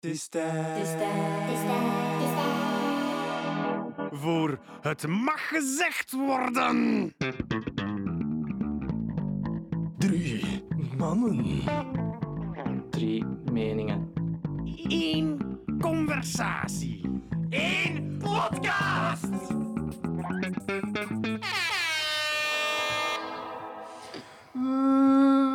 Het is tijd voor Het Mag Gezegd Worden. Drie mannen. drie meningen. Eén conversatie. Eén podcast. Eh,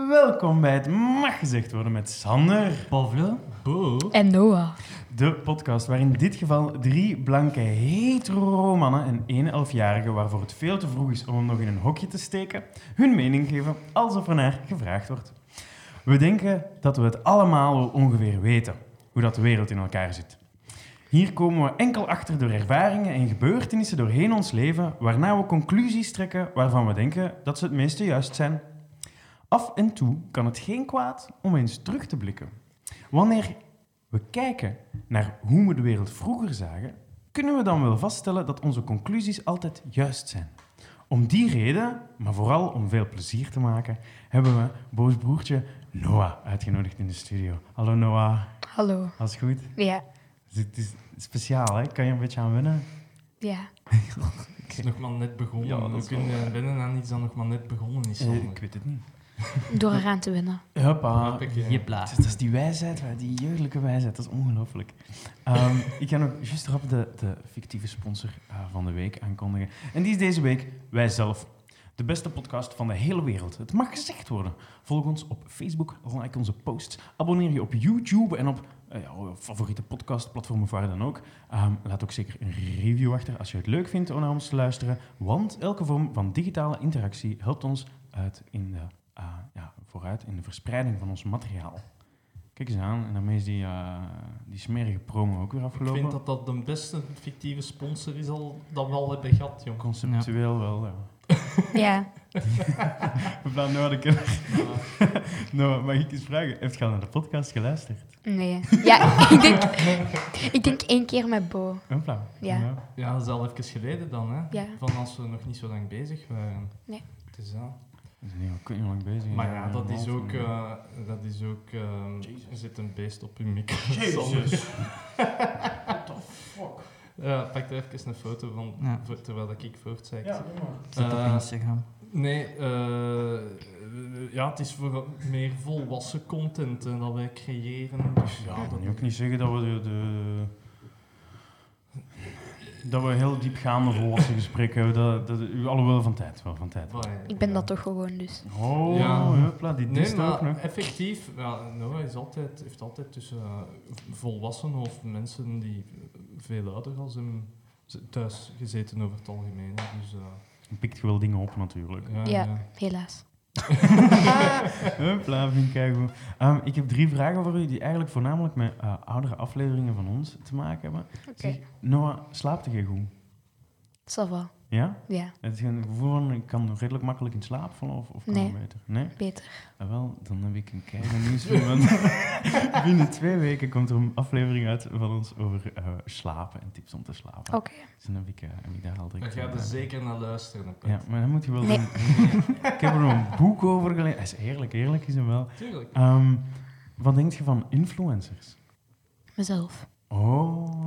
Welkom bij het Mag Gezegd Worden met Sander, Pavle, Bo, En Noah. de podcast waar in dit geval drie blanke hetero-mannen en één elfjarige, waarvoor het veel te vroeg is om hem nog in een hokje te steken, hun mening geven alsof er naar gevraagd wordt. We denken dat we het allemaal wel ongeveer weten, hoe dat de wereld in elkaar zit. Hier komen we enkel achter door ervaringen en gebeurtenissen doorheen ons leven, waarna we conclusies trekken waarvan we denken dat ze het meeste juist zijn. Af en toe kan het geen kwaad om eens terug te blikken. Wanneer we kijken naar hoe we de wereld vroeger zagen, kunnen we dan wel vaststellen dat onze conclusies altijd juist zijn. Om die reden, maar vooral om veel plezier te maken, hebben we boos broertje Noah uitgenodigd in de studio. Hallo Noah, Hallo. alles goed? Ja, Dus Het is speciaal, hè? Kan je een beetje aan wennen? ja. Het is nog maar net begonnen. Ja, dat we is kunnen wennen aan iets dat nog maar net begonnen is. Sander. Eh, weet het niet. Door eraan te winnen. Hoppa. Hop, ik, ja. Dat is die wijsheid, waar- die jeugdelijke wijsheid. Dat is ongelooflijk. Ehm, ik ga nog juist rap de, de fictieve sponsor eh, van de week aankondigen. En die is deze week Wijzelf. De beste podcast van de hele wereld. Het mag gezegd worden. Volg ons op Facebook, like onze posts. Abonneer je op YouTube en op eh, jouw favoriete podcastplatformen of waar dan ook. Ehm, laat ook zeker een review achter als je het leuk vindt om naar ons te luisteren. Want elke vorm van digitale interactie helpt ons uit in de, eh, ja, vooruit in de verspreiding van ons materiaal. Kijk eens aan, en daarmee is die, eh, die smerige promo ook weer Ik afgelopen. vind dat dat de beste fictieve sponsor is al, dat we al hebben gehad, jong. Conceptueel wel, ja. Ja. We gaan nou de kenner. Nou, mag ik eens vragen? Heeft je al naar de podcast geluisterd? Nee. Ja, ik denk, ik denk één keer met Bo. Een plan. Ja. Ja, dat is al even geleden dan, hè? Ja. Van als we nog niet zo lang bezig waren. Nee. Het is dat. We zijn hier al kut lang bezig. Maar ja, dat is half ook... uur. eh, dat is ook ehm, Jezus. er zit een beest op uw micro. Sander. Ja, pak er even een foto van, Ja. voor- terwijl dat ik voortzeg. Zet op Eh, Instagram. Nee, eh, ja, het is voor meer volwassen content eh, dat wij creëren. Dus ja, Ja, ik dat kan je ook niet zeggen dat we de... de- dat we heel diepgaande volwassen gesprekken hebben. Dat, dat, alhoewel van tijd, wel van tijd. Voilà, eh, ja. Ik ben dat toch gewoon, dus. Oh, Ja. hupla, die Nee, dist ook maar nog. effectief, ja, Noah is altijd, heeft altijd tussen eh, volwassenen of mensen die veel ouder als hem z- thuis gezeten over het algemeen. Dus, eh, Je pikt je wel dingen op natuurlijk. ja, Ja. ja. Helaas. Hupla, vind ik eigenlijk goed. Ehm, ik heb drie vragen voor u die eigenlijk voornamelijk met eh, oudere afleveringen van ons te maken hebben. Zeg, Oké. Noah, slaapt je goed? Het zal wel. Ja? Ja, Het is een gevoel van, ik kan redelijk makkelijk in slaap vallen of, of kan Nee. het beter? Nee? beter. Ah, wel, dan heb ik een keihard nieuws voor want binnen twee weken komt er een aflevering uit van ons over eh, slapen en tips om te slapen. Oké. Dus dan heb ik, eh, heb ik daar al direct Daar ga je aan. er dus zeker naar luisteren. hè, Pat. Ja, maar dan moet je wel Nee. doen. ik heb er een boek over gelezen. Hij is eerlijk, eerlijk is hem wel. Tuurlijk. Ehm, wat denk je van influencers? Mezelf. Oh.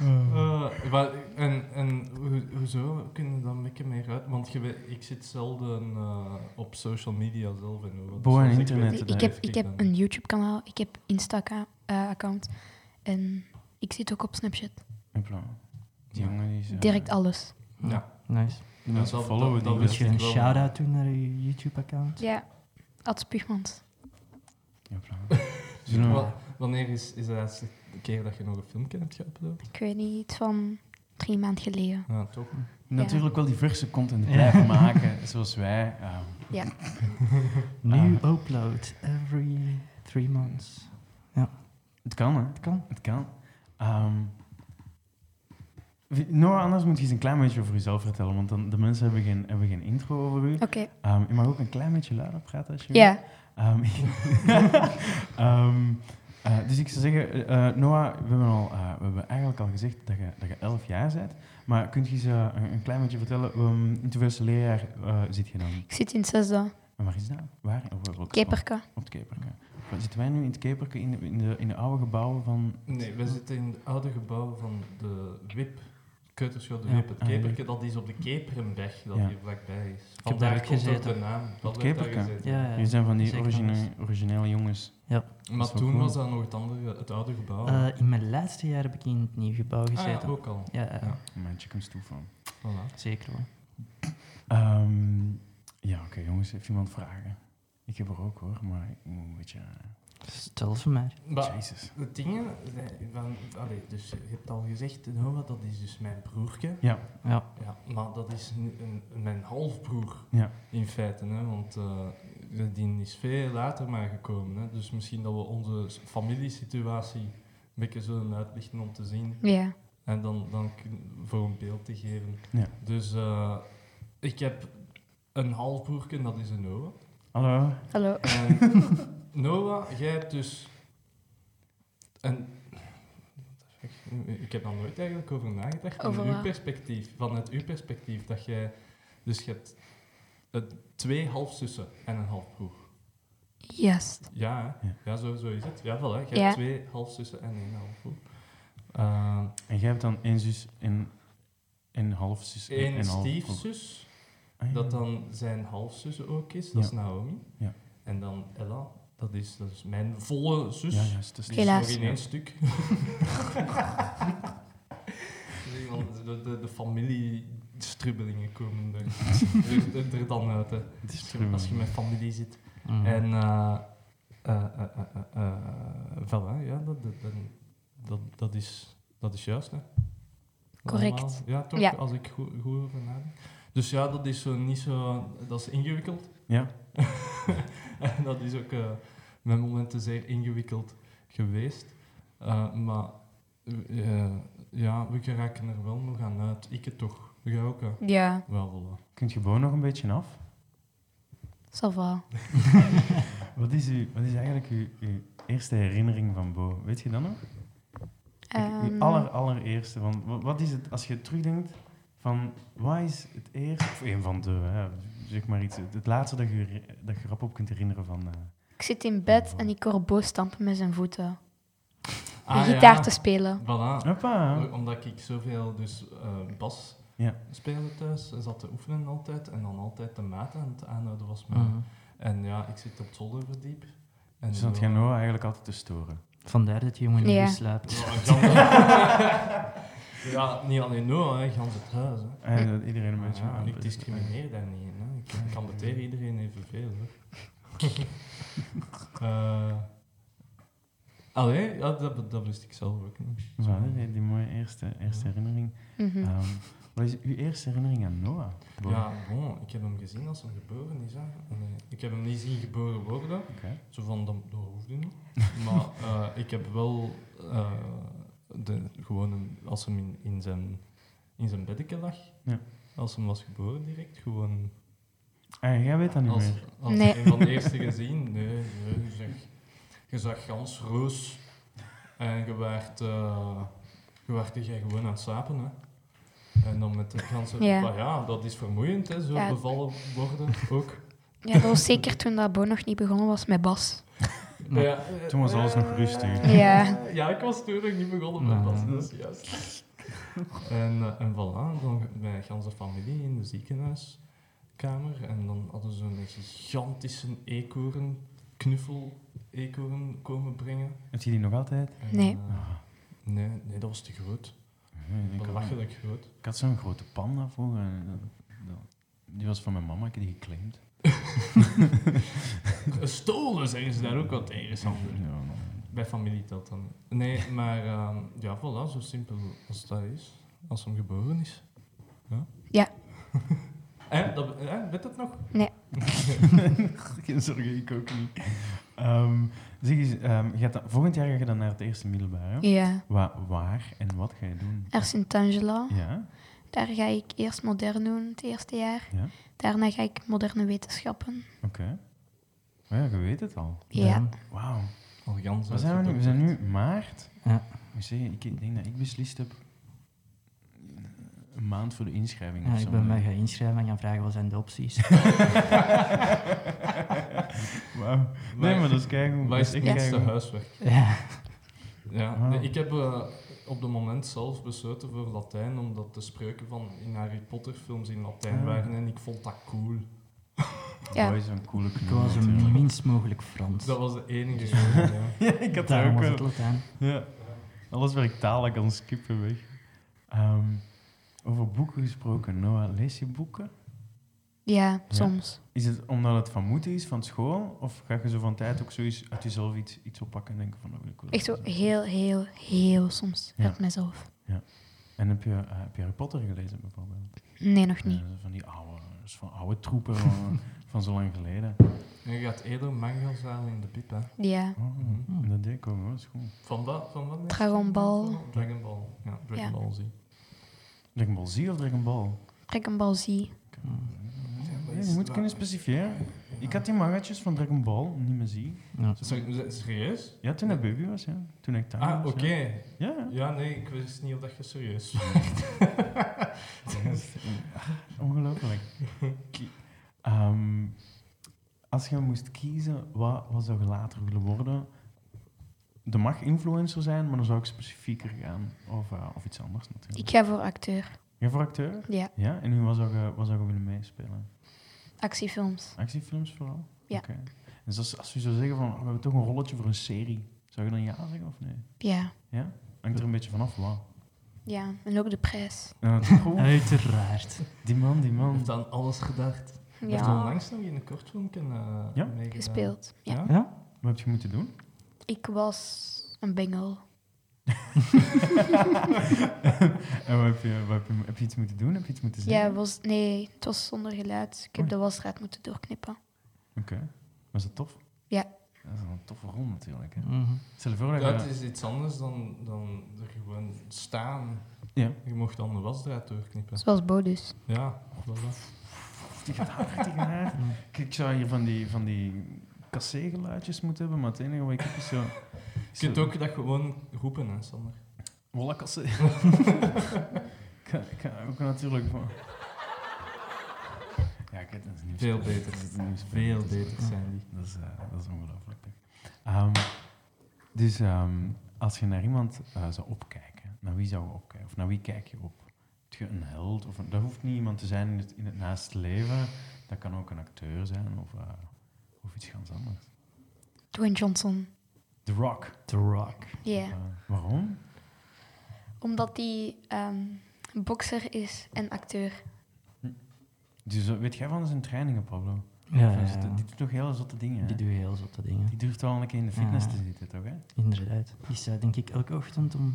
Eh, maar, en en hoe- hoezo kunnen we dan een beetje meer uit? Want je weet- ik zit zelden eh, op social media zelf. En hoe wat- Boy, en zoals ik internet, weet- dat Ik heb, ik dan. heb een YouTube-kanaal, ik heb Insta-account. En ik zit ook op Snapchat. Hopla. Die jongen die is... eh, Direct alles. Ja. Nice. Die mensen dat- followen dat- die dat wel. Wil je ik een wel. shout-out doen naar je YouTube-account? Ja. Ad Spuugmans. Hopla. Dus Ja. wa- Wanneer is, is de laatste keer dat je nog een filmpje hebt geüpload? Ik weet niet, iets van drie maanden geleden. Ja, toch? Natuurlijk wel diverse content blijven maken, zoals wij. ehm, New Ah. upload every three months. het kan, hè. Dat kan. Het kan. Ehm, vi- Noah, anders moet je eens een klein beetje over jezelf vertellen, want dan, de mensen hebben geen, hebben geen intro over u. Oké. Ehm, je mag ook een klein beetje luider praten als je wil. Ja. Ehm, ehm, eh, dus ik zou zeggen, eh, eh, Noah, we hebben, al, eh, we hebben eigenlijk al gezegd dat je, dat je elf jaar bent. Maar kunt je eens eh, een, een klein beetje vertellen, ehm, in het hoeveelste leerjaar eh, zit je dan? Ik zit in het zesde. En waar is dat? Waar? Op, op, op- Keperka. Op het Keperke. Wat Zitten wij nu in het keperke in de, in de, in de oude gebouwen van... Nee, we zitten in het oude gebouw van de WIP. Keuterschot de Ja, WIP. Het ah, ja. keperke, dat is op de Keperenweg, dat Ja. hier vlakbij is. daar Vandaar ook komt ook de gezeten. naam. Dat het werd daar keperke? gezeten. Ja, ja. Jullie zijn van die zeker origine, originele jongens. Dat Maar is wel toen cool. was dat nog het, andere, het oude gebouw. Eh, in mijn laatste jaar heb ik in het nieuw gebouw ah, ja, gezeten. ook al. ja, ja, Ja. Mijn chickens toeval. Voilà. zeker hoor. Ehm, ja, oké jongens, heeft iemand vragen? Ik heb er ook hoor, maar ik moet een beetje... eh, Stel ze maar. Maar Jezus. de dingen... nee, Van, allee, dus je hebt al gezegd, Noah, dat is dus mijn broertje. Ja, Ja, Ja, maar dat is een, een- mijn halfbroer Ja. in feite. Hè, want eh, die is veel later maar gekomen. Hè, dus misschien dat we onze s- familiesituatie een beetje zullen uitlichten om te zien. Ja. En dan, dan kun- voor een beeld te geven. Ja. Dus eh, ik heb een halfbroerken, dat is een Noah. hallo. Hallo. En Eh, Noah, jij hebt dus... Een, ik heb daar nooit eigenlijk over nagedacht. Over in uw wat? perspectief, vanuit uw perspectief, dat jij... Dus je hebt eh, twee halfzussen en een halfbroer. Juist. Ja, hè? Ja. ja. zo, zo is het. Ja, voilà. Je hebt Ja. twee halfzussen en een halfbroer. Eh En jij hebt dan één zus en een half zus en Eén een half Eh, stiefzus, Ah, ja. dat dan zijn halfzus ook is, dat Ja. is Naomi. Ja. En dan Ella, dat is, dat is mijn volle zus. Ja, juist. Dus Die Helaas. is nog in Ja. één stuk. Nee, want de, de, de familiestrubbelingen komen er, er, er dan uit. Hè. Het is Als je- Als je met familie zit. Mm. En eh, eh, eh, eh, eh, eh, voilà, ja, dat, dat, dat, dat, dat is, dat is juist. Hè. Correct. Allemaal. Ja, toch? Ja. Als ik goed, goed over nadenk. Dus ja, dat is zo niet zo... Dat is ingewikkeld. Ja. en dat is ook eh, met momenten zeer ingewikkeld geweest. Eh, maar eh, ja, we geraken er wel nog aan uit. Ik het toch. Jij ook? hè? Ja, Wel, voilà. Kunt je gewoon nog een beetje af? zal wel. Wat is, u, wat is eigenlijk uw, uw eerste herinnering van Bo? Weet je dat nog? Like, uw Ehm, aller, allereerste. Van, wa- wat is het, als je terugdenkt, van wat is het eerste, of een van de, hè, zeg maar iets, het, het laatste dat je, her- dat je rap op kunt herinneren van... eh, Ik zit in bed en ik hoor Bo stampen met zijn voeten. Ah, en gitaar ja. te spelen. Voilà. hoppa! Omdat ik zoveel dus eh, bas Ja. speelde thuis, zat te oefenen altijd en dan altijd de maat aan het aanhouden was. Maar. Mhm. En ja, ik zit op het zolderverdiep. En Dus dat zo- jij Noah eigenlijk altijd te storen. Vandaar dat die jongen Ja. niet slaapt. Ja, een gans- ja, niet alleen Noah, hè, gans het huis. Hè. En dat iedereen een Ja, beetje... en ik aanpast. discrimineer daar niet in. Hè. Ik- Ik kan beteren iedereen evenveel. Hoor. Eh allee, ja, dat, dat wist ik zelf ook niet. Zo, hè, die, die mooie eerste, eerste herinnering. Mhm. Ehm, wat is uw eerste herinnering aan Noah? Bo? Ja, bon, ik heb hem gezien als hij geboren is. Hè. En, eh, ik heb hem niet zien geboren worden. Oké. Zo van, dat, dat hoefde niet. Maar eh, ik heb wel eh, de, gewoon, een- als hem in, in zijn, in zijn beddeke lag, Ja. als hem was geboren direct, gewoon Ah, jij weet dat niet als, meer. als Nee. een van de eerste gezien. Nee, nee, je zag, je zag gans roos en je werd, eh, je werd er gewoon aan het slapen. Hè. En dan met de ganse... Ja. Maar ja, dat is vermoeiend, hè, zo Ja. bevallen worden ook. Ja, dat was zeker toen dat Bo nog niet begonnen was met Bas. Nee. Ja, eh, Toen was alles nog rustig. Ja. Ja, ik was toen nog niet begonnen met Nee. passen, dat is juist. en, eh, en voilà, dan mijn ganse familie in de ziekenhuiskamer. En dan hadden ze een gigantische eekhoorn, knuffel eekhoorn komen brengen. Heb je die nog altijd? En, Nee. eh, nee. Nee, dat was te groot. Nee, Ah. ik, had, Belachelijk groot. ik had zo'n grote panda vroeger. en dat- dat- Die was van mijn mama, ik heb die geclaimd. Stolen zeggen ze daar ook wat tegen, Sander. Ja, nou, Bij familie telt dan niet. Nee, maar ehm, ja, voilà, zo simpel als dat is. Als hem geboren is. Ja. Ja. en, dat, hè, weet dat nog? Geen zorgen, ik ook niet. Ehm, zeg eens, ehm, je gaat dan- volgend jaar ga je dan naar het eerste middelbaar. hè? Ja. Wa- waar en wat ga je doen? Er Sint-Angela. Ja? Daar ga ik eerst modern doen het eerste jaar. Ja? Daarna ga ik moderne wetenschappen. Oké. Oh Ja, je weet het al. Ja. Wauw. Al gans Waar zijn we nu? We zijn nu maart. Ja. Ik moet zeggen, ik denk dat ik beslist heb eh, een maand voor de inschrijving. Ja, of ik zo. ben mij gaan inschrijven en gaan vragen wat zijn de opties. Wauw. Nee, maar dat is keigoed. Wat Dat is is het echt minste keigoed. huiswerk? ja. Ja, Ah. nee, ik heb eh, op het moment zelf besloten voor Latijn, omdat de spreuken van in Harry Potter films in Latijn Ah. waren en ik vond dat cool. Ja. Boy, zo'n coole Ik knul. was zo natuurlijk. minst mogelijk Frans. Dat was de enige reden, ja. Ja, ik had daar Daarom ook was wel. het Latijn. Ja. Alles waar ik talen kan skippen weg. Ehm, over boeken gesproken. Noah, lees je boeken? Ja, soms. Is het omdat het van moeten is, van school? Of ga je zo van tijd ook zoiets uit jezelf iets, iets oppakken en denken van... Oh, ik wil dat Echt zo lezen? heel, heel, heel soms Ja. uit mezelf. En heb je, eh, heb je Harry Potter gelezen bijvoorbeeld? Nee, nog niet. Eh, van die oude, dat is van oude troepen van, van zo lang geleden. En je gaat eerder mango's halen in de pip, hè. Ja. Oh, Hmm. Dat deed ik ook, hoor. dat is goed. Van wat? Van wat? Dragon Ball. Dragon Ball. Ja, Dragon Ja. Ball Z. Dragon Ball Z of Dragon Ball? Dragon Ball Z. Ja, je moet kunnen specifieren. Ik had die mangatjes van Dragon Ball, niet meer zien. Ja. Ser- Serieus? Ja, toen ik baby was, ja. Toen ik daar Ah, was, oké. ja. Ja, ja. Ja, nee, ik wist niet of dat je serieus was. Ongelooflijk. Ki- Ehm, als je moest kiezen, wat, wat zou je later willen worden? Er mag influencer zijn, maar dan zou ik specifieker gaan. Of, eh, of iets anders natuurlijk. Ik ga voor acteur. Jij voor acteur? Ja, Ja, en nu wat zou je, wat zou je willen meespelen? actiefilms. Actiefilms vooral? Ja. Oké. Dus als, als je zou zeggen van, oh, we hebben toch een rolletje voor een serie. Zou je dan ja zeggen of nee? Ja. Hangt er een beetje vanaf, wauw. Ja, en ook de prijs. Ja, oeh, Uiteraard. die man, die man. Heeft aan alles gedacht. Je hebt Ja, onlangs nog in een kortfilm kunnen eh, Ja. meegedaan. gespeeld. Ja. Ja? Ja? Wat heb je moeten doen? Ik was een bengel. En wat heb, je, wat heb, je, heb je iets moeten doen? Heb je iets moeten Ja, zeggen? het was, nee, het was zonder geluid. Ik heb Oei. de wasstraat moeten doorknippen. Oké. Was dat tof? Ja. Dat is wel een toffe rol natuurlijk. Hè? Mhm. Stel je voor dat je... Ja, het is iets anders dan, dan er gewoon staan. Ja. Je mocht dan de wasdraad doorknippen. Zoals dus. Bodus. Ja, dat was dat. Die gaat hard, die gaat hard. Kijk, ik zou hier van die, van die cassé-geluidjes moeten hebben, maar het enige wat ik heb is zo... Je kunt ook dat gewoon roepen, hè, Sander. Wolle cassé. kan, kan ook natuurlijk van... Ja, ik weet het is niet Veel spelen. beter. Dat is niet spelen. Veel Dat is- beter zijn die. Dat is, eh, dat is ongelooflijk. denk ik. Ehm, dus ehm, als je naar iemand eh, zou opkijken, naar wie zou je opkijken? Of naar wie kijk je op? Heb je een held? Of een- dat hoeft niet iemand te zijn in het, in het naaste leven. Dat kan ook een acteur zijn of, eh, of iets ganz anders. Dwayne Johnson. The Rock. The Rock. Ja. Eh, waarom? Omdat hij ehm bokser is en acteur. Dus, eh, weet jij van zijn trainingen, Pablo? Ja, Van ja, zotte- ja. Die doet toch hele zotte dingen, hè? Die Die, doe je heel zotte dingen. durft wel een keer in de fitness Ja. te zitten, toch? Hè? Inderdaad. Die staat denk ik elke ochtend om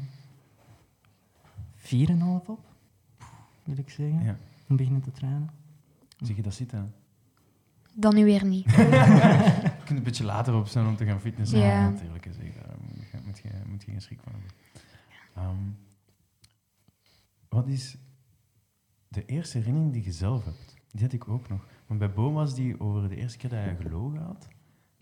4,5 op, wil ik zeggen. Ja. Dan beginnen te trainen. Zie je dat zitten? Dan nu weer niet. Je kunt een beetje later op zijn om te gaan fitnessen. Ja. Ja, natuurlijk. Is, ik, daar moet, je, moet, je, moet je geen schrik van hebben. Ehm, wat is de eerste herinnering die je zelf hebt? Die had ik ook nog. Want bij Bo was die over de eerste keer dat je gelogen had.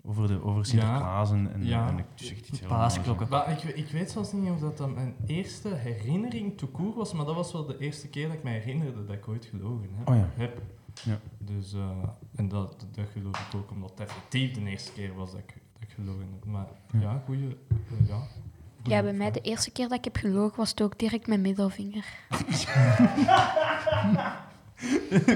Over, de, over Sinterklaas en, en, Ja. en ik zeg iets heel Paasklokken. Maar ik, we- ik weet zelfs niet of dat dan mijn eerste herinnering te koer was, maar dat was wel de eerste keer dat ik me herinnerde dat ik ooit gelogen heb. Oh ja. heb. Ja. Dus, eh, en dat, dat geloof ik ook, omdat het effectief de eerste keer was dat ik, dat ik gelogen heb. Maar Ja. ja, goeie... eh, ja. Ja, bij mij de eerste keer dat ik heb gelogen was het ook direct mijn middelvinger.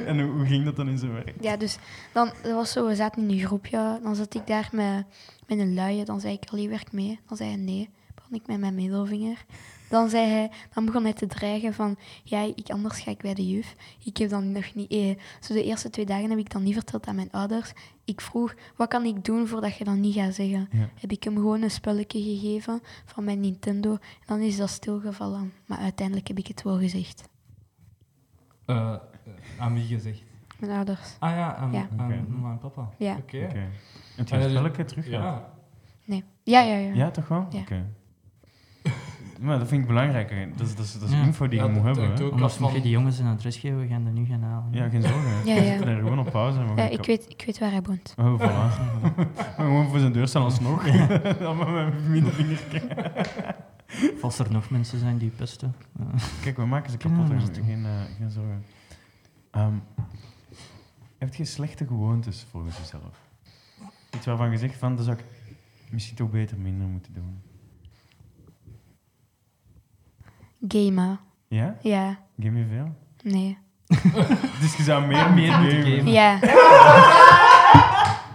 en hoe, hoe ging dat dan in zijn werk? Ja, dus dan dat was zo, we zaten in een groepje. Dan zat ik daar met, met een luie. Dan zei ik, Ali, werk mee. Dan zei hij nee. Begon ik met mijn middelvinger. Dan, zei hij, dan begon hij te dreigen van, ja, ik, anders ga ik bij de juf. Ik heb dan nog niet... Eh. Zo de eerste twee dagen heb ik dan niet verteld aan mijn ouders. Ik vroeg, wat kan ik doen voordat je dat niet gaat zeggen? Ja. Heb ik hem gewoon een spelletje gegeven van mijn Nintendo. En dan is dat stilgevallen. Maar uiteindelijk heb ik het wel gezegd. Eh, eh, aan wie gezegd? Mijn ouders. Ah ja, aan, Ja. aan Oké. mama en papa. Ja. Oké. Oké. Het Ah, gaat ja, dus- elke terug. Ja. Nee. Ja, ja, ja. ja, toch wel? Ja. Oké. Maar dat vind ik belangrijk. hè. Dat is, dat is, dat is Ja. info die je Ja, moet dat hebben. hangt hè. ook Anders af moet je van- die jongens een adres geven, we gaan dat nu gaan halen. Ja, geen zorgen. Ja, ja. Ik ben er gewoon op pauze. maar Ja, oh, ik- ik, weet, ik weet waar hij woont. Oh, voilà. Maar gewoon voor zijn deur staan alsnog. Dan met mijn middelvinger. Als er nog mensen zijn die pesten. Ja. Kijk, we maken ze Ja, kapot. dat hè. is toch- geen, eh, geen zorgen. Ehm heb je slechte gewoontes volgens jezelf? Iets waarvan je zegt van, dat zou ik misschien toch beter minder moeten doen. Gamen. Ja? Ja. Game je veel? Nee. Dus je zou meer meer moeten gamen. gamen. Ja.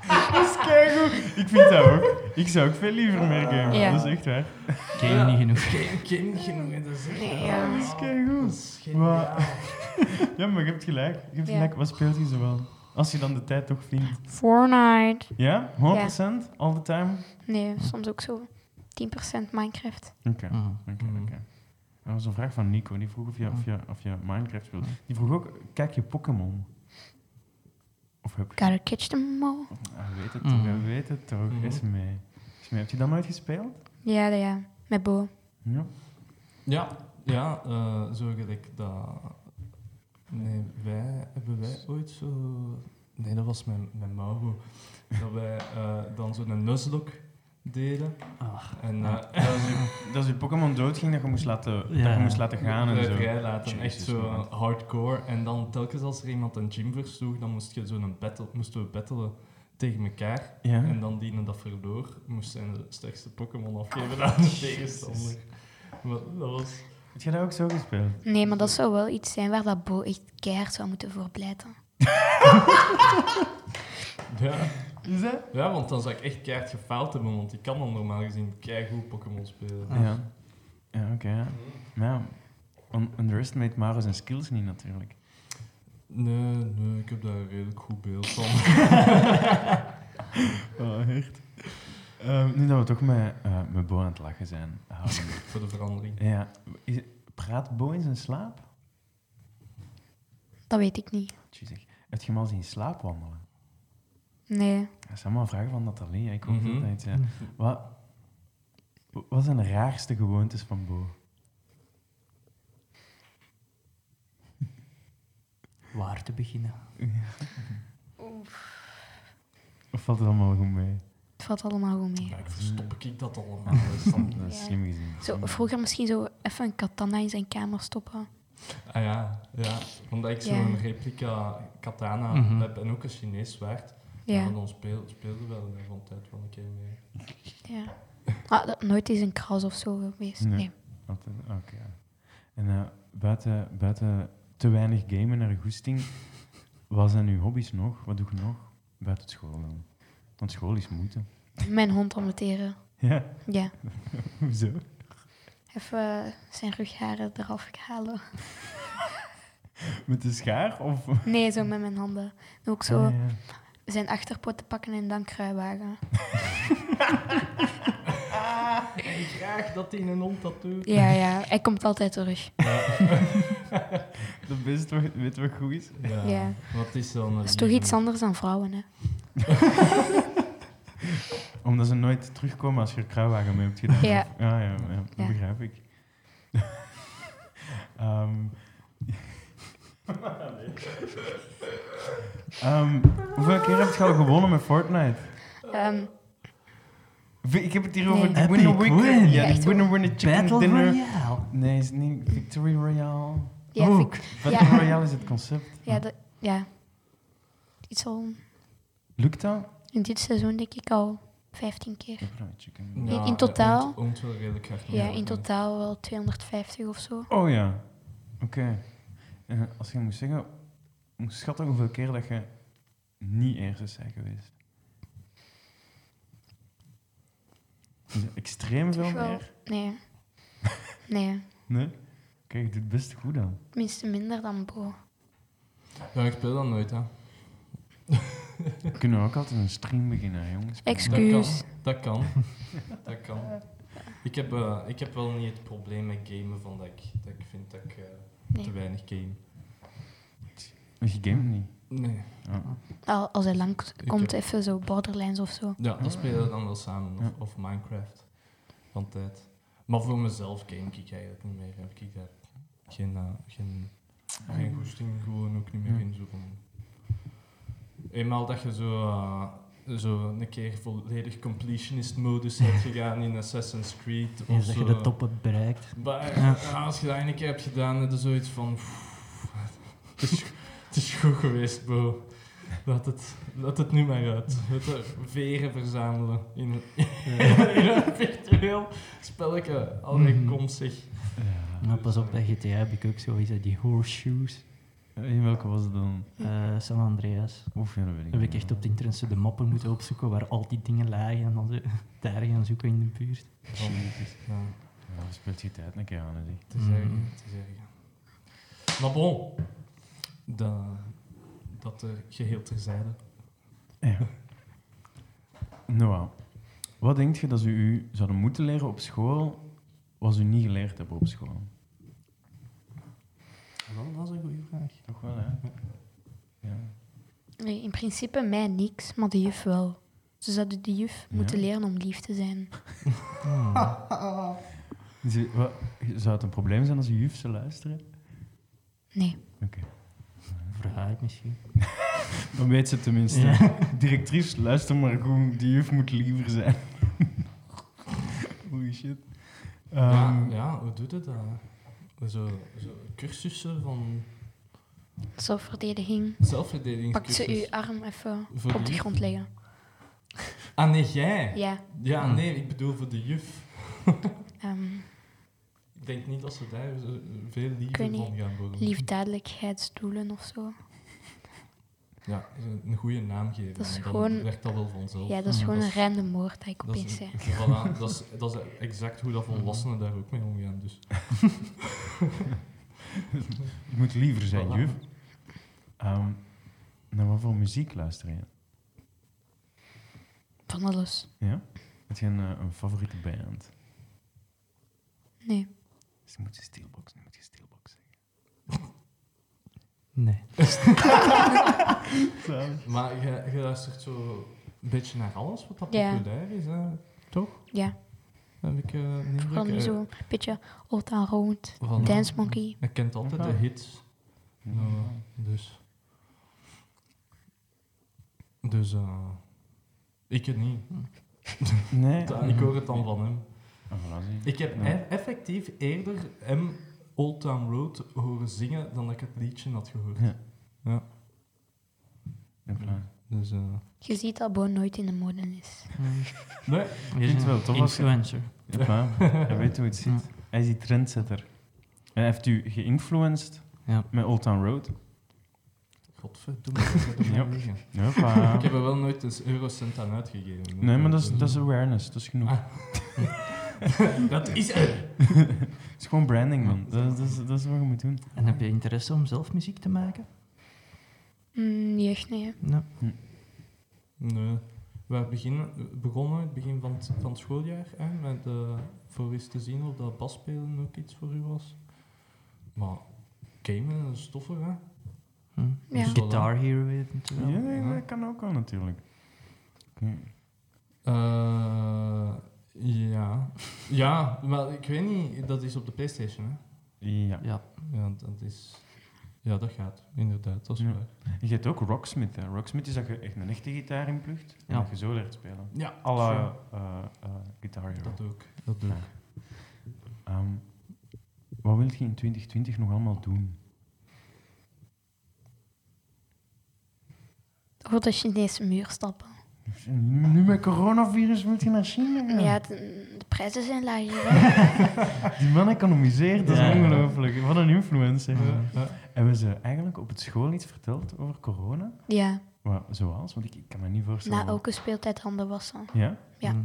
Dat is keigoed. Ik vind dat ook. Ik zou ook veel liever meer gamen. Ah. Ja. Dat is echt waar. Game niet genoeg. Geen, geen, geen, dat is echt... Nee, ja. Ah, Dat is keigoed. dat is geniaal. Maar- Ja, maar je hebt gelijk. Je hebt Ja. gelijk. Wat speelt je zowel? Als je dan de tijd toch vindt. Fortnite. Ja? 100%? All the time? Nee, soms ook zo. 10% Minecraft. Oké. Mhm. Oké, oké. Dat was een vraag van Nico. Die vroeg of je, of je, of je Minecraft speelt. Die vroeg ook, kijk je Pokémon? Of heb je... Gotta catch them all. Ah, je weet het Mhm. toch, je weet het toch. Mhm. Is mee. Is mee. Heb je dat nooit gespeeld? Ja, dat ja. Met Bo. Ja. Ja, ja eh, zo gelijk dat... Nee, wij... Hebben wij ooit zo... Nee, dat was mijn, mijn Mauro. Dat wij eh, dan zo'n nuzlocke deden. Ah. En eh, dat is je- dat is je Pokémon doodging, dat je moest laten, Ja. dat je moest laten gaan en vrij- zo. vrij laten, echt Jezus, zo man. hardcore. En dan telkens als er iemand een gym versloeg, dan moest je zo'n battle, moesten we battelen tegen elkaar. Ja. En dan dienen dat verloor, moest zijn de sterkste Pokémon afgeven aan Ah, de tegenstander. Maar dat was... Heb jij dat ook zo gespeeld? Nee, maar dat zou wel iets zijn waar dat Bo echt keihard zou moeten voor pleiten. Ja. Dus, Is dat? Ja, want dan zou ik echt keihard gefaald hebben, want ik kan dan normaal gezien keigoed Pokémon spelen. Ah. Ja. Ja, oké. ja. Ja. Un- underestimate Maro zijn skills niet natuurlijk. Nee, nee, ik heb daar een redelijk goed beeld van. Oh, echt. Ehm, nu dat we toch met, eh, met Bo aan het lachen zijn. ehm, Voor de verandering. ja, is, praat Bo in zijn slaap? Dat weet ik niet. Tjie, zeg. Heb je hem al zien slaapwandelen? Nee. Dat zijn allemaal vragen van Nathalie. hè. Ik hoop Mhm. dat dat iets... eh, Wat, wat zijn de raarste gewoontes van Bo? Waar te beginnen? Of valt het allemaal goed mee? Het valt allemaal goed mee. Ja, ik verstop ik dat allemaal. Dat is dan- Dat is Ja. slim gezien. Zo, vroeger misschien zo even een katana in zijn kamer stoppen. Ah ja, ja. omdat ik Ja. zo'n replica katana Mhm. heb en ook een Chinees zwaard. Ja. En dan speel, speelde wel van de tijd wel een keer mee. ja. Ah, dat, nooit eens een kras of zo geweest. Nee. Nee. Altijd, oké. En eh, buiten, buiten te weinig gamen naar je goesting, wat zijn uw hobby's nog? Wat doe je nog buiten school dan? Want school is moeten. Mijn hond amateren. Ja, Ja. hoezo? Even eh, zijn rugharen eraf halen. Met de schaar? Of... Nee, zo met mijn handen. Ook zo Ah, ja. zijn achterpoot te pakken en dan kruiwagen. En graag dat hij een hond dat doet. Ja, ja. Hij komt altijd terug. Dat best wat, weet wat goed is. Ja. Ja. Wat is dan... Dat is toch iets anders dan vrouwen, hè? Omdat ze nooit terugkomen als je er kruiwagen mee hebt gedaan. Ja. Of- ja, ja, ja, dat Ja. begrijp ik. Ehm, Ehm, hoeveel keer heb je al gewonnen met Fortnite? Ehm, Vi- Ik heb het hier over Nee. de winner Epic win- win. Ja, de Echt winner winner chicken Battle dinner. Royale. Nee, is het niet Victory Royale. ja, Ook. vind ik- Battle Ja. Royale is het concept. ja, dat, ja. Iets al Lukt dat? in dit seizoen denk ik al 15 keer. Pepperoni chicken. In totaal? Ont wel redelijk graag mee, Ja, in hoor. totaal wel 250 of zo. Oh ja, oké. En als je moest zeggen, moest schatten hoeveel keer dat je niet eerst bent geweest. Is dat extreem veel Toch wel? meer? Nee. Nee. Nee? Kijk, je doet best goed dan. Tenminste minder dan Bo. Ja, ik speel dat nooit, hè. We kunnen ook altijd een stream beginnen, hè, jongens. Excuus. Dat kan. Guus. Dat kan. dat kan. Ik heb, eh, ik heb wel niet het probleem met gamen van dat ik, dat ik vind dat ik eh, Nee. te weinig game. Je gamet niet. Nee. Oh. Al, als hij lang Ik komt, heb- even zo Borderlands of zo. Ja, dat spelen we dan wel samen. Of, Ja. of Minecraft. Van tijd. Maar voor mezelf game ik eigenlijk niet meer. Heb ik daar geen, eh, geen, eh, geen goesting. Gewoon ook niet meer Ja. in. Zo van... Eenmaal dat je zo eh, zo een keer volledig completionist-modus hebt gegaan in Assassin's Creed. Of Eens dat je zo. de top hebt bereikt. Maar Ja. ja, als je dat een keer hebt gedaan, heb je zoiets van... "Pff, Het is, het is goed geweest, bro. Laat het, laat het nu maar uit. Weet je, veren verzamelen in, in een virtueel spelletje. Alweer Mhm. komt zich. Nou, pas op, bij GTA heb ik ook zoiets uit die horseshoes. In welke was het dan? eh, San Andreas. Oef, ja, dat weet ik Heb niet ik echt op het internet zo de mappen moeten opzoeken waar al die dingen lagen en dan zo daar gaan zoeken in de buurt. Ja, Ja, dat speelt die tijd een keer aan, hè, die. het is erg, het is erg. Maar bon, dat, dat eh, geheel terzijde. Noah, Nou, wat denkt je dat ze u zouden moeten leren op school, wat ze u niet geleerd hebben op school? Wel, dat is een goede vraag. Toch wel, hè? Ja. Nee, in principe mij niks, maar de juf wel. Ze zouden de juf Ja. moeten leren om lief te zijn. Ze- wat- zou het een probleem zijn als uw juf ze luisteren? Nee. Voor haar misschien. Dan weet ze het tenminste. Ja. Directrice, luister maar goed, die juf moet liever zijn. Holy shit. Ja, Ehm, ja, hoe doet het dat? Zo, zo cursussen van Zelfverdediging. Pak zelfverdediging. ze uw arm even Voor op de de juf? grond leggen. Ah, nee, jij? Ja. Ja, Hmm. nee, ik bedoel voor de juf. ehm, Ik denk niet dat ze daar zo veel weet liever niet. van gaan worden. liefdadigheidsdoelen of zo. Ja, een goede naam geven. Dat is dan gewoon- werkt dat wel vanzelf. Ja, dat is gewoon eh, Dat een is- random woord dat ik Dat opeens eh, is, zei. voilà, dat, is, dat is exact hoe dat volwassenen daar ook mee omgaan. Dus. Je moet liever zijn, Voilà. juf. Ehm, naar wat voor muziek luister je? Van alles. Ja? Heb je een, eh, een favoriete band? Nee. Ze moeten steelbox, nu moet je steelbox zeggen. Nee. Maar je, je luistert zo een beetje naar alles wat dat Ja. populair is. Hè? Ja, Heb ik eh, een indruk. gewoon eh, zo een beetje old en round. van- Dance Monkey. Je kent altijd de Ja. hits. Nou, dus. Dus, eh, ik het niet. Nee. Ik hoor het dan van hem. Ah, voilà, zie je. Ik heb e- effectief eerder hem Old Town Road horen zingen dan dat ik het liedje had gehoord. Ja. Ja, voilà. Dus, eh, Je ziet dat Bo nooit in de mode is. Mm. nee. Je vind bent het wel tof als je- influencer. Ja, voilà. Hij weet hoe het zit. Hij is die trendsetter. Hij heeft u geïnfluenced Ja. met Old Town Road. Godverdomme, dat is er Ja. maar liggen. Hoppa. Ik heb er wel nooit eens eurocent aan uitgegeven. Nee, maar dat is, Dus, dat is awareness. Dat is genoeg. Ah. dat is er. Het is gewoon branding, man. Dat, is- dat, is, dat is wat je moet doen. En heb je interesse om zelf muziek te maken? Mm, niet echt, nee. Nou, Nee. We beginnen, begonnen het begin van het, van het schooljaar hè, met eh, voor eens te zien of dat basspelen ook iets voor u was. Maar gamen en stoffen, hè? hm. Ja. Guitar Hero eventueel. Ja, nee, Ja. dat kan ook wel natuurlijk. Oké. Eh, ja. ja, maar ik weet niet, dat is op de PlayStation, hè? Ja. Ja. Ja, dat is. Ja, dat gaat, inderdaad, dat is Ja. waar. Je hebt ook Rocksmith. Hè. Rocksmith is dat je echt een echte gitaar inplucht en Ja. dat je zo leert spelen. Ja, Alle sure. eh, eh, Guitar Hero. Dat ook. Dat doe ik. Ehm, wat wilt je in 2020 nog allemaal doen? Voor de Chinese muur stappen. Nu, nu met coronavirus moet je naar China gaan. Ja, de, de prijzen zijn lager. hè. Die man economiseert, dat is Ja. ongelooflijk. Wat een influencer. Ja, ja. Hebben ze eigenlijk op het school iets verteld over corona? ja, Wat, zoals? Want ik, ik kan me niet voorstellen. na elke speeltijd handen wassen. Ja? Ja. Hm.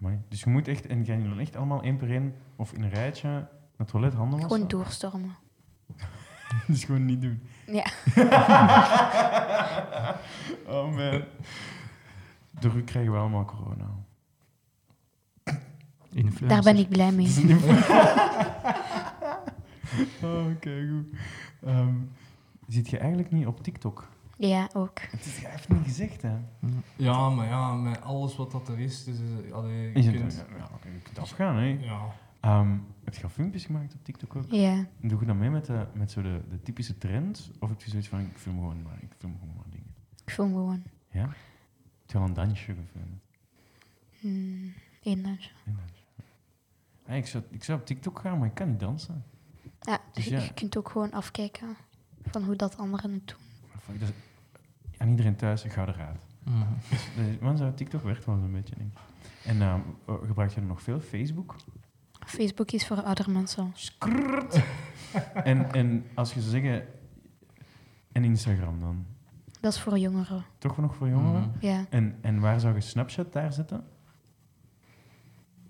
Amai. Dus je moet echt, en gaan jullie dan echt allemaal één per één of in een rijtje naar het toilet handen wassen? Gewoon doorstormen. Dus gewoon niet doen. Ja. oh man. Door u krijgen we allemaal corona. Influencer. Daar ben ik blij Dat is mee. een info- oh, oké, goed. Ehm, zit je eigenlijk niet op TikTok? Ja, ook. Het is, hij heeft niet gezegd, hè? Ja, maar ja, met alles wat dat er is, dus, eh, allee, Is je het, kunt... ja, oké, je kunt afgaan, hè? Ja. Ehm heb je al filmpjes gemaakt op TikTok ook? Ja. Doe je dan mee met, de, met zo de, de typische trends? Of heb je zoiets van, ik film gewoon maar, ik film gewoon maar dingen? Ik voel me gewoon. Ja? Heb je al een dansje gevonden? Hmm, één dansje. Een dansje. Ah, ik, zou, ik zou op TikTok gaan, maar ik kan niet dansen. Ja, Dus je, ja. je kunt ook gewoon afkijken van hoe dat anderen het doen. Maar fuck, dat is- aan iedereen thuis een gouden raad. Hm. Dus, man, zou TikTok werkt wel zo'n beetje, denk ik. En ehm, eh, gebruik je er nog veel Facebook? Facebook is voor oudere mensen. Skrrt. en, en als je zou zeggen... En Instagram dan? Dat is voor jongeren. Toch nog voor jongeren? Ja. En, en waar zou je Snapchat daar zetten?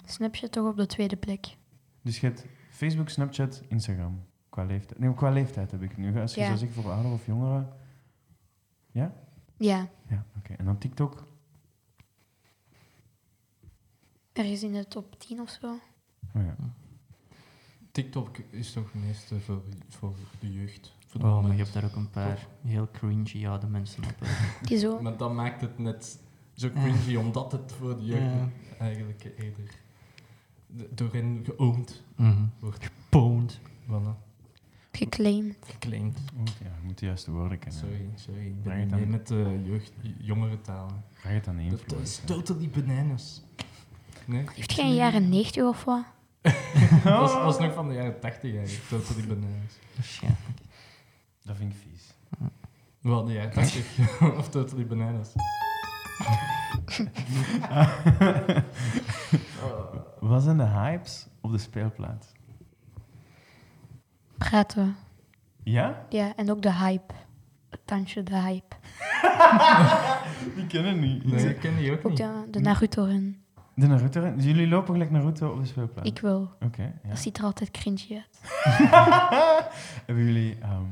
Snapchat toch op de tweede plek. Dus je hebt Facebook, Snapchat, Instagram. Qua leeftijd. Nee, qua leeftijd heb ik het nu. Als je Ja. zou zeggen voor ouder of jongeren... Ja, Ja, oké. En dan TikTok? er is in de top 10 of zo. Oh ja. TikTok is toch het meeste voor, voor de jeugd. Voor de Oh, maar moment. je hebt daar ook een paar heel cringy oude mensen op. eh. hè. Die zo. Maar dat maakt het net zo Ja. cringy, omdat het voor de jeugd Ja. eigenlijk eerder d- door hen geoond Hm. Mhm. wordt. Pwned. Voilà. Geclaimd. Geclaimd. Moet- oh, ja, je moet de juiste woorden kennen. Sorry, sorry. Ik Breng ben het niet mee aan. met de jeugd, jongere talen. Vraag het aan de Dat is influencer. totally bananas. Nee? Heeft geen jaren 90 of wat? Dat is- dat is nog van de jaren 80 eigenlijk. Totally bananas. Waarschijnlijk. Dat vind ik vies. Wel, de jaren 80. of totally bananas. Wat zijn de hypes op de speelplaats? Praten we. Ja? Ja, en ook de hype. Het dansje, de hype. Die kennen niet. Nee, ik ken die ook Hmm. Ook niet. de, de naruto run De Naruto. dus Jullie lopen gelijk Naruto op de speelplaats. Ik wil. Oké. ja. Dat ziet er altijd cringy uit. hebben jullie. ehm,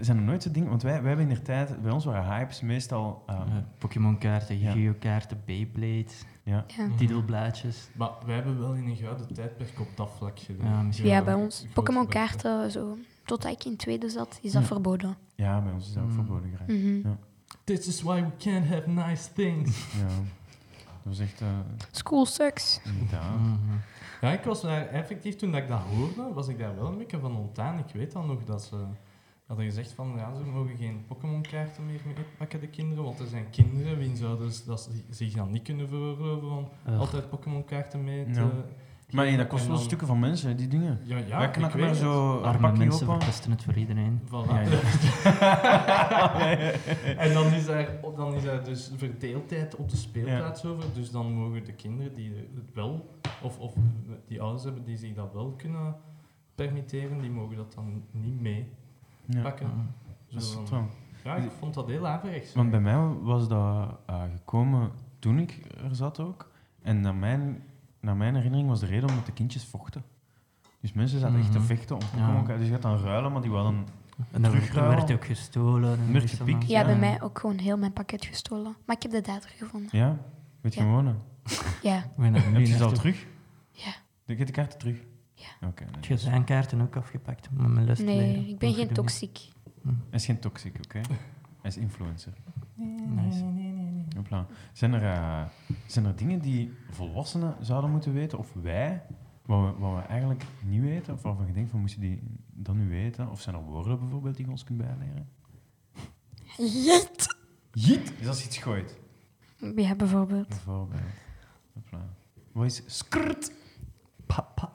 zijn er nooit zo'n dingen? Want wij, wij hebben in de tijd. Bij ons waren hypes meestal. ehm, Eh, Pokémon-kaarten, Ja. Yu-Gi-Oh-kaarten, Beyblade, Ja, titelblaadjes. Maar wij hebben wel in een gouden tijdperk op dat vlak gedaan. Ja, misschien ja bij ons. groot Pokémon gebrek, hè. kaarten, zo. Totdat ik in tweede zat, is dat Ja. verboden. Ja, bij ons is dat ook Mm. verboden geraakt. Mhm. Ja. This is why we can't have nice things. Ja. Dat was echt. eh, School sucks. inderdaad. Mhm. Ja, ik was daar effectief, toen dat ik dat hoorde, was ik daar wel een beetje van ontdaan. Ik weet dan nog dat ze hadden gezegd van, ja, ze mogen geen Pokémon-kaarten meer meepakken, de kinderen, want er zijn kinderen, wien zouden ze dat ze zich dan niet kunnen veroorloven om Ugh. altijd Pokémon-kaarten mee te... Ja. Maar ja, dat kost En wel dan- stukken van mensen, die dingen. Ja, ja, Wij ik weet knakken maar het. zo een Arme pakje mensen open. verpesten het voor iedereen. Voilà. Ja, en dan is, daar, dan is daar dus verdeeldheid op de speelplaats over. Dus dan mogen de kinderen die het wel, of, of die ouders hebben die zich dat wel kunnen permitteren, die mogen dat dan niet meepakken. Ja, Mhm. Zo dat is van- het wel. ja, ik vond dat heel averechts. Want bij mij was dat eh, gekomen toen ik er zat ook. En naar mijn, naar mijn herinnering was de reden omdat de kindjes vochten. Dus mensen zaten echt te Mhm. vechten om Ja. Pokémon. Dus je gaat dan ruilen, maar die hadden... En dan werd- Terugruilen. werd ook gestolen. en Werd is gepikt. allemaal- Ja, bij mij ook gewoon heel mijn pakket gestolen. Maar ik heb de dader gevonden. Ja, weet je Ja. gewoon. hè. Ja, We hebben Heb nu je ze al net ook- terug? Ja. Ik heb de kaarten terug? Ja. Oké. nee. Ik heb zijn kaarten ook afgepakt om aan mijn les te leren. nee, ik ben Hoe je geen dat moet- toxiek. Hij is geen toxic, oké? Hij is influencer. Nice. Hopla. Zijn er, eh, zijn er dingen die volwassenen zouden moeten weten, of wij, wat we, wat we eigenlijk niet weten, of waarvan je denkt van moesten die dan nu weten? Of zijn er woorden bijvoorbeeld die je ons kunt bijleren? Jeet! Jiet! Is als je iets gooit. Ja, bijvoorbeeld. Bijvoorbeeld. Hopla. Wat is skrt? Papa.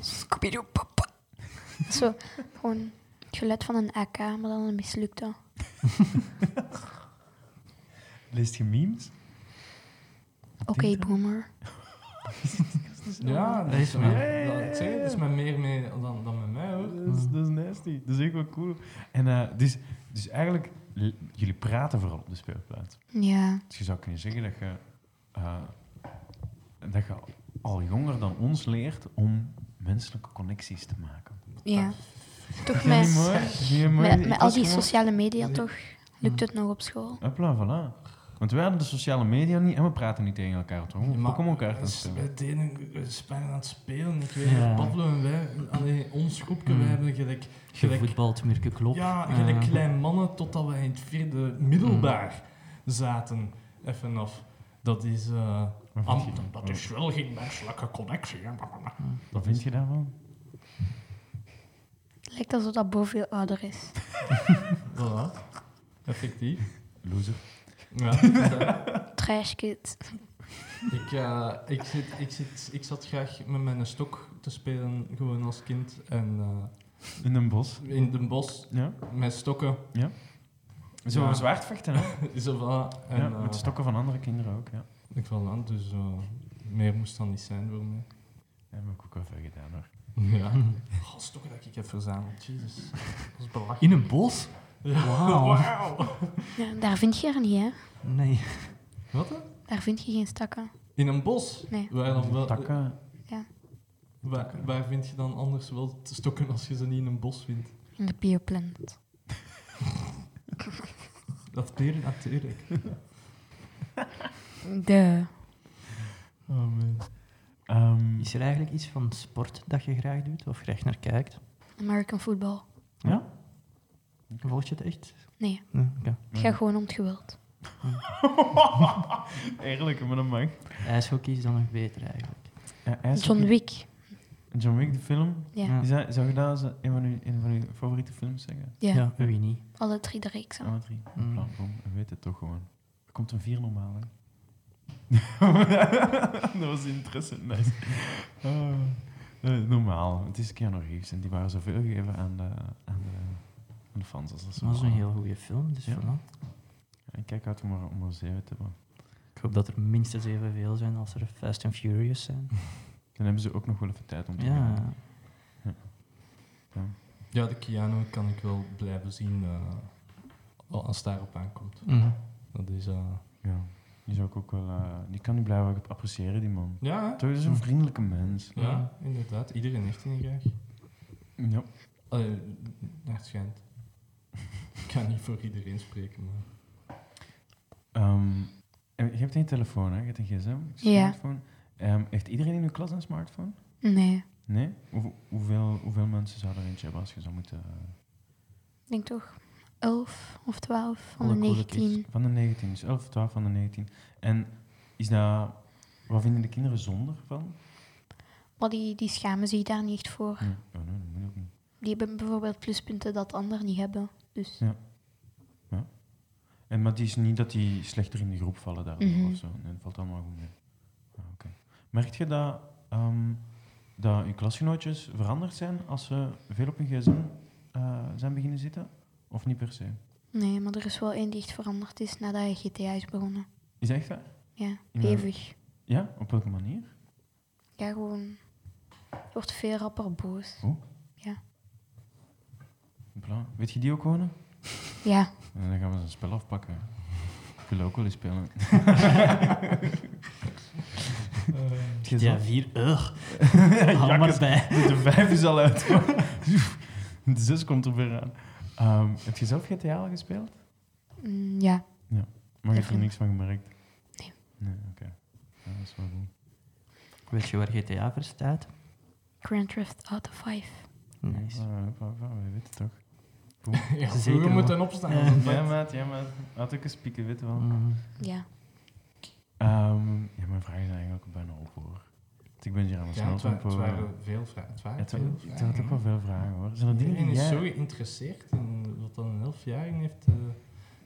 Scooby-Doo, papa. Zo, gewoon het geluid van een AK, maar dan een mislukte. Leest je memes? Oké, boomer. Ja, dat Echt is waar. mij. Dat, zeg, het is met meer mee dan, dan met mij hoor. Dat is, dat is nasty. Dat is echt wel cool. En eh, dus, dus eigenlijk, l- jullie praten vooral op de speelplaats. Ja, Dus je zou kunnen zeggen dat je, eh, dat je al jonger dan ons leert om menselijke connecties te maken. ja. Toch Vind je met, niet mooi? Vind je niet mooi? met, Ik met al was die gewoon- sociale media toch, lukt het nog op school. Hopla, voilà. Want wij hadden de sociale media niet en we praten niet tegen elkaar, toch? Ja, We maar- Pokémon kaarten Dus spelen. Wij deden we spelen aan het spelen. Ik weet Ja. Pablo en wij, allee, ons groepje, wij Mm. hebben gelijk Gelijk- Gevoetbald, Mirke Klop. Ja, Eh, gelijk klein mannen totdat wij in het vierde middelbaar zaten. Even af. Dat is... eh, Wat vind je am- daarvan? dat is wel geen menselijke connectie. hè. Wat vind je daarvan? Het lijkt alsof dat Bo veel ouder is. Voilà. Effectief. Loser. Ja, ja. Trash kid. ik, eh, ik, zit, ik, zit, ik zat graag met mijn stok te spelen, gewoon als kind. En In een bos. eh, in den bos Ja. met stokken. Zo Ja. zwaard vechten, hè? Zo voilà. En, Ja, eh, met stokken van andere kinderen ook, ja. Ik val aan, dus eh, meer moest dan niet zijn voor mij. Dat heb ik ook wel veel gedaan, hoor. Ja. Oh, stokken dat ik heb verzameld, jezus. Dat is belachelijk. In een bos? Wauw. Wauw. Ja, daar vind je er niet, hè? Nee. Wat dan? Daar vind je geen stakken. In een bos? Nee. Waar, dan wel, Takken. waar, waar vind je dan anders wel te stokken als je ze niet in een bos vindt? In de bioplanet. Dat peren natuurlijk. De. Oh man. Ehm, Is er eigenlijk iets van sport dat je graag doet of graag naar kijkt? American football. Volg je het echt? Nee, Ja, oké. het gaat gewoon om het geweld. Eerlijk, maar dat mag. IJshockey is dan nog beter eigenlijk. Ja, IJshockey- John Wick. John Wick, de film. Ja. Ja. Is dat, zou je dat als een van, uw, een van uw favoriete films zeggen? Ja. Ja, wie niet? Alle drie de reeks. Alle drie. Mm. Plan, bom, en weet het toch gewoon. Er komt een vier normaal, hè? dat was interessant, nice. Ah, eh, normaal. Het is Keanu Reeves en die waren zoveel gegeven aan de, aan de, aan de fans. Als dat zo Dat is een waren. heel goede film, dus Ja. voilà. Ik kijk uit om er, om er zeven te hebben. Ik hoop dat er minstens evenveel zijn als er Fast and Furious zijn. Dan hebben ze ook nog wel even tijd om te gaan. Ja. Ja, de Keanu kan ik wel blijven zien eh, al- als het daarop aankomt. Mhm. Dat is... eh, Ja, die zou ik ook wel. eh, die kan ik blijven appreciëren, die man. ja, hè? Toch is een vriendelijke mens. ja, inderdaad. Iedereen heeft die graag. Ja. Eh, naar het schijnt. Ik kan niet voor iedereen spreken, maar... Ehm, en je hebt geen telefoon, hè? Je hebt een gsm. een Ja. Smartphone. Ehm, heeft iedereen in uw klas een smartphone? Nee, Nee? Hoe- hoeveel, hoeveel mensen zouden er eentje hebben als je zou moeten... eh, ik denk toch 11 of 12 van de Alle coole kids. 19. Van de 19, dus 11, 12 van de 19. En is dat... Wat vinden de kinderen zonder van? Maar die, die schamen zich daar niet echt voor. Ah. Nee, oh, nee dat moet ook niet. Die hebben bijvoorbeeld pluspunten dat anderen niet hebben. Dus Ja. En, maar het is niet dat die slechter in de groep vallen daardoor Mhm. of zo. Nee, dat valt allemaal goed mee. Ah, oké. Merk je dat, ehm, dat je klasgenootjes veranderd zijn als ze veel op hun gsm eh, zijn beginnen zitten? Of niet per se? nee, maar er is wel één die echt veranderd is nadat je GTA is begonnen. Is dat echt waar? Ja, Ja. hevig. Ja? Op welke manier? Ja, gewoon. Je wordt veel rapper boos. Bla. Weet je die ook wonen? Ja, En dan gaan we eens een spel afpakken. Ik wil ook wel eens spelen. Het gsm. Ja, vier uur. Hou maar Jakkes. bij. De vijf is al uit. De zes komt er weer aan. Ehm, heb je zelf GTA al gespeeld? mm, ja. Maar je hebt er Even- niks van gemerkt? Nee. Nee, oké. Ja, dat is wel goed. Weet je waar GTA voor staat? Grand Theft Auto 5. Nice. Ah, hop, hop, hop, we weten het toch. ja, Zeker vroeger wel. moet hij opstaan. Ja. dat is Ja, een feit. maat, ja, maat. Had ook een spieken, weet je wel. Mhm. Ja. Ehm, ja, mijn vragen zijn eigenlijk ook bijna op, hoor. Want ik ben hier aan het Ja, snel het wa- op. het hoor. waren veel vragen. Het Ja, waren eh, het wa- veel het vragen. waren toch wel veel vragen, hoor. Zijn er dingen Iedereen die is jij... zo geïnteresseerd in wat dan een elfjarige heeft eh,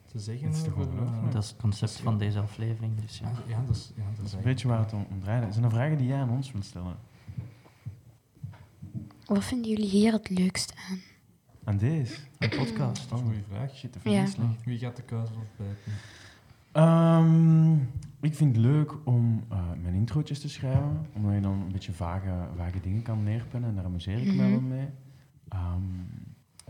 te zeggen. Dat is toch over, ongelooflijk? eh, Dat is het concept van deze aflevering, dus ja. ja, ja, dat is, ja, Dat is een eigenlijk- beetje waar het om, om draaide. Zijn er vragen die jij aan ons wilt stellen? Wat vinden jullie hier het leukst aan? Aan deze? Een podcast. Dat is een goede vraag. Shit, dat vind Ja. ik slecht. Wie gaat de kous eh, opbijten? Ehm, ik vind het leuk om eh, mijn introotjes te schrijven. Omdat je dan een beetje vage, vage dingen kan neerpennen. En daar amuseer ik me Mhm. wel mee. Ehm,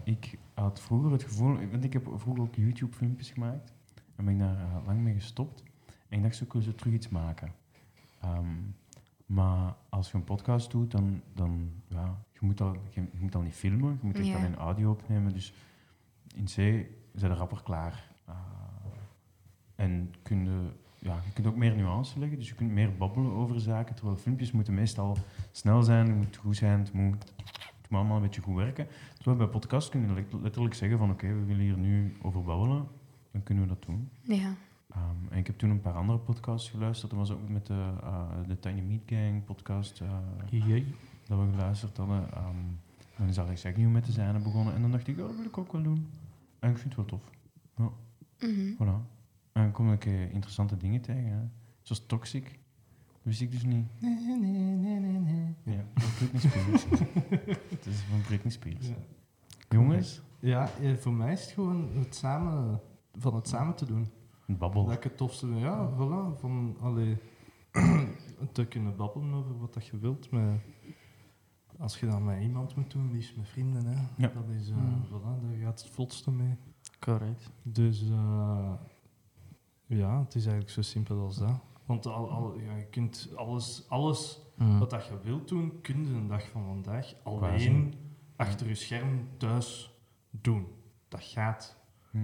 ik had vroeger het gevoel... Want ik heb vroeger ook YouTube-filmpjes gemaakt. En ben ik daar eh, lang mee gestopt. En ik dacht, zo kunnen ze terug iets maken. Ehm, maar als je een podcast doet, dan... dan ja, je, moet al, je, je moet al niet filmen. Je moet echt Ja. alleen audio opnemen. Dus in C zijn de rapper klaar. Ah, en kun je, ja, je kunt ook meer nuance leggen, dus je kunt meer babbelen over zaken. Terwijl filmpjes moeten meestal snel zijn, het moet goed zijn, het moet, het moet allemaal een beetje goed werken. Terwijl bij podcast kun je let- letterlijk zeggen van oké, we willen hier nu over babbelen, dan kunnen we dat doen. Ja. Ehm, en ik heb toen een paar andere podcasts geluisterd. Dat was ook met de, eh, de Tiny Meat Gang podcast. eh, Jee. dat we geluisterd hadden. ehm, dan is Alex Agnew met de zijne begonnen. En dan dacht ik, oh, dat wil ik ook wel doen. En ik vind het wel tof. Mhm. Voilà. Maar dan kom ik eh, interessante dingen tegen. Hè. Zoals Toxic. Dat wist ik dus niet. Nee, nee, nee, nee, nee. Ja, van Britney Spears. Het is van Britney Spears. Ja. Jongens, Ja, eh, voor mij is het gewoon het samen, van het samen te doen. een babbel. Dat ik het tofste vind. Ja, voilà. Van, allee, te kunnen babbelen over wat dat je wilt. Maar als je dan met iemand moet doen, liefst met vrienden. Hè. Ja. Dat is, eh, Mm. voilà, daar gaat het vlotste mee. Correct. Dus eh, ja, het is eigenlijk zo simpel als dat. Want al, al, ja, je kunt alles, alles Mhm. Hm. wat dat je wilt doen, kun je een dag van vandaag alleen Quasi. achter je scherm thuis doen. Dat gaat. Hm.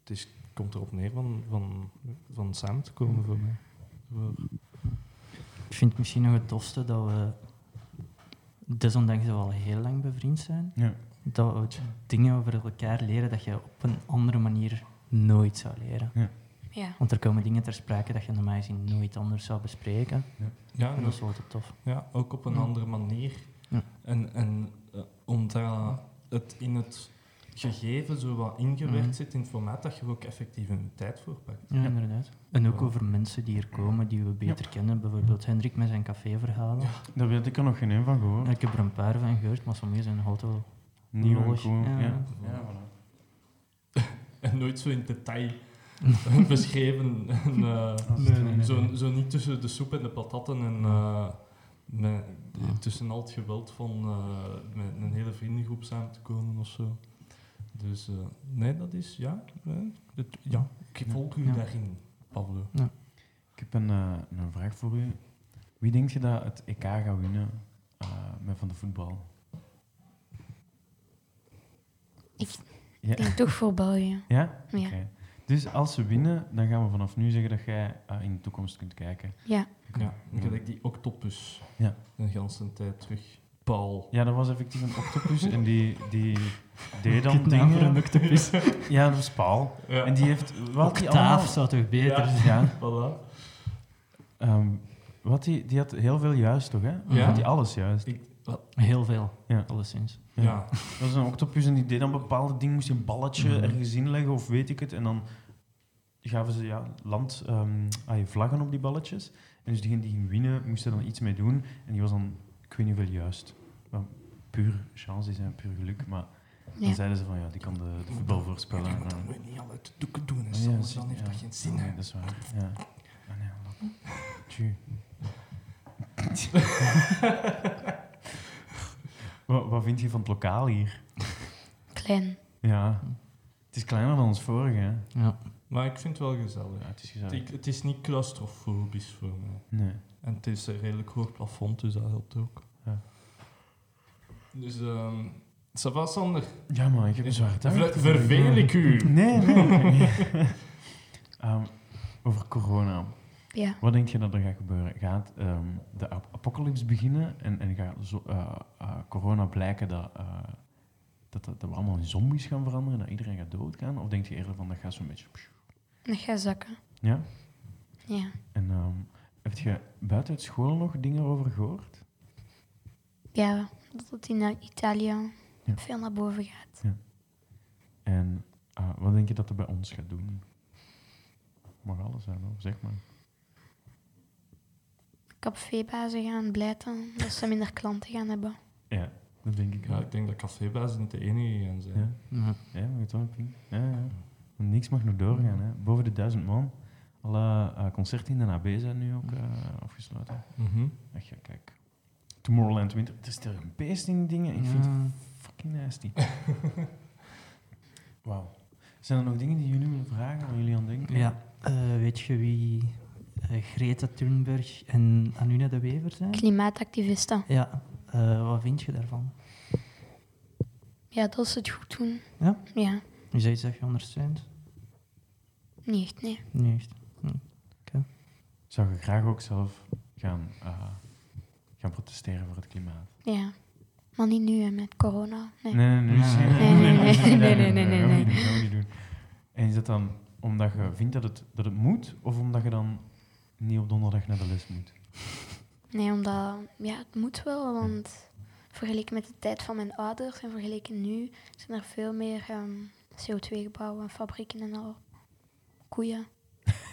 Het is, komt erop neer van, van, van samen te komen voor mij. Voor- Ik vind het misschien nog het tofste dat we, desondanks dat we al heel lang bevriend zijn, Ja. dat we dingen over elkaar leren dat je op een andere manier nooit zou leren. Ja. Want er komen dingen ter sprake dat je normaal gezien nooit anders zou bespreken. Ja, En dat dus- is wel altijd tof. ja, ook op een Ja. andere manier. Ja. En, en eh, omdat het in het gegeven zo wat ingewerkt Mhm. zit in het formaat, dat je er ook effectief een tijd voor pakt. Ja, inderdaad. En ook Ja. over mensen die hier komen die we beter kennen. Bijvoorbeeld Hendrik met zijn caféverhalen. Daar weet ik er nog geen een van gehoord. Ik heb er een paar van gehoord, maar sommige zijn auto. Nieuw en Nodig, cool. ja. Ja. Ja, voilà. En nooit zo in detail beschreven. En, eh, Nee, nee, nee, zo, nee. zo niet tussen de soep en de patatten en eh, met- tussen al het geweld van eh, met een hele vriendengroep samen te komen of zo. Dus eh, nee, dat is ja. eh, het- ja, ik Ja. volg u Ja. daarin, Pablo. Ik heb een, eh, een vraag voor u. Wie denkt je dat het EK gaat winnen eh, met van de voetbal? Ik- Ja? Ik denk toch voor België. ja? Ja. Oké. Dus als ze winnen, dan gaan we vanaf nu zeggen dat jij eh, in de toekomst kunt kijken. Ja. Ja, Ja. gelijk die octopus. Ja. Een ganse tijd terug. Paul. Ja, dat was effectief een octopus en die, die deed dan Kidnappen dingen. en octopus. Ja, dat was Paul. Ja, En die heeft... Wat die Octaaf allemaal... zou toch beter Ja. zijn? Ja. voilà. ehm, wat die, die had heel veel juist, toch? Hè? Ja. Had die alles juist. Heel veel, Ja. alleszins. Ja. Ja. Dat was een octopus en die deed dan bepaalde dingen, moest je een balletje Mhm. ergens inleggen of weet ik het. En dan gaven ze ja, land, ehm, ah, je vlaggen op die balletjes. En dus degene die ging winnen, moest er dan iets mee doen. En die was dan, ik weet niet hoeveel juist. Maar puur chance is en puur geluk. Maar dan Ja. zeiden ze van ja, die kan de, de voetbal voorspellen. Ja, En maar dan- Oh, dat moet je niet al uit de doeken doen, hè, Ja, Sander, zie- dan heeft ja. dat geen zin. Nee, hè. dat is waar. Ja. Ah, nee, lap. Tju. wat, wat vind je van het lokaal hier? Klein. Ja, het is kleiner dan ons vorige. hè? Ja. Maar ik vind het wel gezellig. Ja, het is Het, gezellig. ik- het is niet claustrofobisch voor mij. Nee. En het is een redelijk hoog plafond, dus dat helpt ook. Ja. Dus, ehm ça va, Sander? Ja, maar ik heb een zwaar dag. Ver- verveel ik u? Nee, nee. nee. Ehm, over corona. Ja. Wat denk je dat er gaat gebeuren? Gaat ehm, de ap- apocalyps beginnen en, en gaat zo, eh, eh, corona blijken dat, eh, dat, dat, dat we allemaal in zombies gaan veranderen, dat iedereen gaat doodgaan? Of denk je eerder van dat gaat zo'n beetje... Dat gaat zakken. Ja? Ja. En ehm heb je buiten het school nog dingen over gehoord? Ja. Dat het in eh, Italië Ja. veel naar boven gaat. En ah, wat denk je dat er bij ons gaat doen? Mag alles zijn hoor, zeg maar. Cafébazen gaan blijten dat ze minder klanten gaan hebben. Ja, dat denk ik Ja, wel. ik denk dat cafébazen niet de enige gaan zijn. Ja. Ja. Ja, maar het wel, Pien. Ja, ja. Want niks mag nog doorgaan. Hè. Boven de duizend man. Alle eh, concerten in de AB zijn nu ook eh, afgesloten. Mhm. Echt, ja, kijk. Tomorrowland Winter. Het is er een beest in dingen. Ik vind het Ja. fucking nasty. Wauw. Zijn er nog dingen die jullie willen vragen, waar jullie aan denken? Ja. Eh, weet je wie eh, Greta Thunberg en Anuna de Wever zijn? Klimaatactivisten. Ja. Eh, wat vind je daarvan? Ja, dat ze het goed doen. Ja? Ja. Is dat iets dat je ondersteunt? Niet echt, nee. Nee, echt. Zou je graag ook zelf gaan, eh, gaan protesteren voor het klimaat? Ja. Maar niet nu, hè, met corona. Nee. Nee, nee, nee. Nee, nee, nee, nee, nee, nee, nee, nee. Dat gaan we niet doen, dat gaan we niet doen. En is dat dan omdat je vindt dat het, dat het moet, of omdat je dan niet op donderdag naar de les moet? Nee, omdat... Ja, het moet wel, want... Vergeleken met de tijd van mijn ouders en vergeleken nu... zijn er veel meer ehm, CO2-gebouwen en fabrieken en al. Koeien.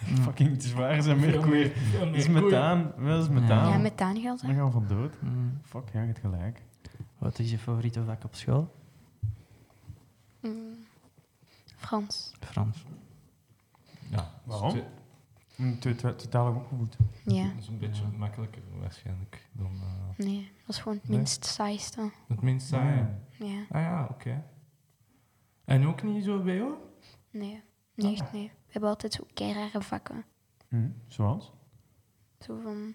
Fucking zwaar zijn meer koeien. Dat is methaan. Dat is methaan. Ah. Ja, Ja, methaangeld. Dan hè. gaan we van dood. Mm. Fuck, ja, je hebt gelijk. Wat is je favoriete vak op school? Mm. Frans. Frans. Ja, Waarom? Dat is te- Mm, to- to- Totaal opgevoed. Ja. dat is een beetje makkelijker waarschijnlijk dan eh, Nee, dat is gewoon het Nee? minst saaiste. het minst saaie. Ja. Ja. Ah ja, oké. En ook niet zo bij jou? Nee. Nee, echt nee. We hebben altijd zo keirare vakken. Hm, Zoals? Zo van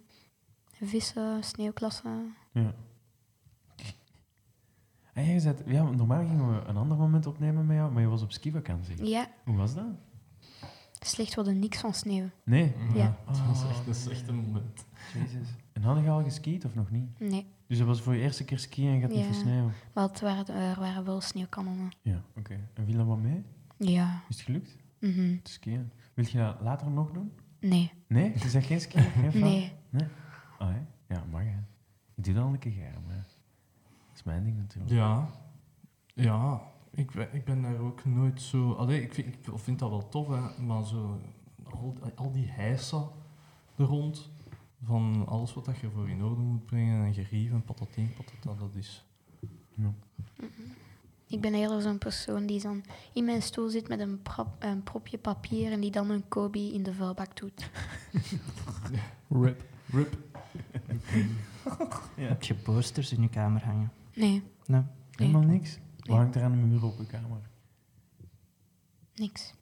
vissen, sneeuwklassen. Ja. En jij zei, ja, want normaal gingen we een ander moment opnemen met jou, maar je was op skivakantie. Ja, Hoe was dat? slecht worden niks van sneeuw. Nee. Ja. Ah, Dat, is echt, dat is echt een moment. Jezus. En hadden je al geskiet of nog niet? Nee, Dus dat was voor je eerste keer skiën en je gaat niet Ja. versnijden. maar het waren, er waren wel sneeuwkanonnen. Ja, oké. En viel dat wat mee? Ja. Is het gelukt? mhm. Te skiën. Wil je dat later nog doen? Nee, Nee? Je zegt geen skiën? Geen van? nee. Ah, hè? ja, mag hè. Ik doe dat al een keer graag, maar... Dat is mijn ding natuurlijk. Ja. Ja. Ik ben, ik ben daar ook nooit zo... Allee, ik vind, ik vind dat wel tof, hè, maar zo... Al, al die heisa er rond, van alles wat dat je voor in orde moet brengen, en gerief en patatien, patata, dat is... Ik ben eerder zo'n persoon die dan in mijn stoel zit met een, prop, een propje papier en die dan een Kobe in de vuilbak doet. Rip. Rip. Ja. Heb je posters in je kamer hangen? Nee, Nee. Helemaal niks. Wat Nee. hangt er aan de muur op je kamer? niks.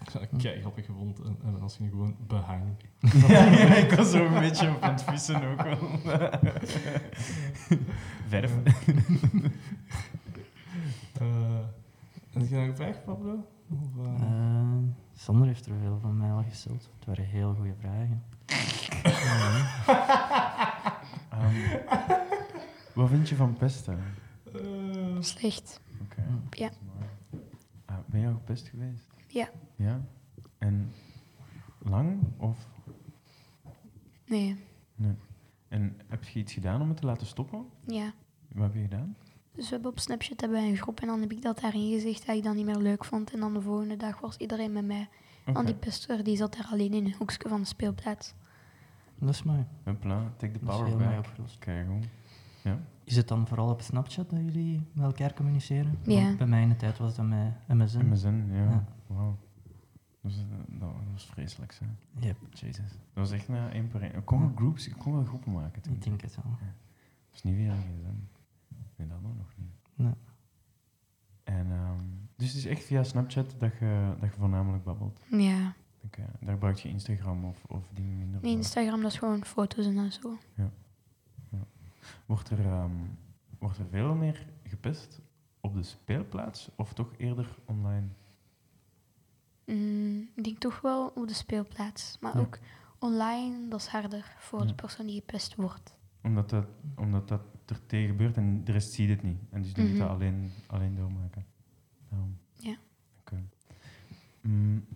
Ik zou het keigrappig gewond en, en als je gewoon behang. Ja, ja, ik was er een beetje op aan het vissen ook wel. Verf. Eh heb je nog een vraag, Pablo? Of, eh, Eh, Sander heeft er veel van mij al gesteld. Het waren heel goede vragen. Ehm, wat vind je van pesten? eh, Slecht. Oké. Ja. Ah, ben jij gepest geweest? Ja. Ja? En lang? Of, Nee. en heb je iets gedaan om het te laten stoppen? Ja. Wat heb je gedaan? Dus we hebben op Snapchat hebben wij een groep en dan heb ik dat daarin gezegd dat ik dat niet meer leuk vond. En dan de volgende dag was iedereen met mij. Oké. Want die pester die zat daar alleen in een hoekje van de speelplaats. Dat is mooi. Hopla, take the Dat is power heel mooi back. opgelost. Kijk, goed. Is het dan vooral op Snapchat dat jullie met elkaar communiceren? Ja. Want Bij mij in de tijd was dat met MSN. MSN, ja. Ja. Wauw. Dat was, eh, dat was vreselijk, zeg. Yep, Jezus. Dat was echt na één per één. Ik kon wel groups, ik kon wel groepen maken toen. ik denk het wel. Dat is niet weer een gsm. Nee, dat ook nog niet. Nee. En, ehm, dus het is echt via Snapchat dat je, dat je voornamelijk babbelt. Ja. Oké, daar gebruik je Instagram of, of die minder. Nee, voor. Instagram, dat is gewoon foto's en dan zo. Wordt, er, ehm, wordt er veel meer gepest op de speelplaats of toch eerder online? Mm, ik denk toch wel op de speelplaats. Maar Ja. ook online, dat is harder voor Ja. de persoon die gepest wordt. Omdat dat, omdat dat er tegen gebeurt en de rest ziet het niet. En dus die moet dat Mhm. alleen, alleen doormaken. Daarom. Ja. Oké. Mm,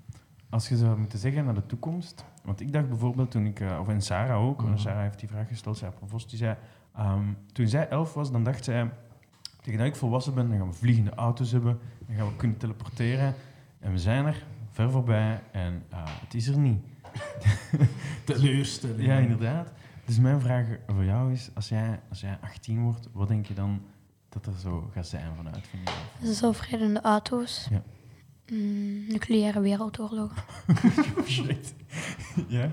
als je zou moeten zeggen naar de toekomst. Want ik dacht bijvoorbeeld toen ik, eh, of en Sarah ook, want Mhm. Sarah heeft die vraag gesteld, Sarah Provost, die zei, ehm, toen zij elf was, dan dacht zij, tegen dat ik volwassen ben, dan gaan we vliegende auto's hebben, dan gaan we kunnen teleporteren. En we zijn er, ver voorbij, en ah, het is er niet. Teleurstelling. Ja, inderdaad. Dus mijn vraag voor jou is, als jij, als jij 18 wordt, wat denk je dan dat er zo gaat zijn vanuit van jezelf? Zelfrijdende auto's. Ja. Mm, nucleaire wereldoorlogen. Shit. ja?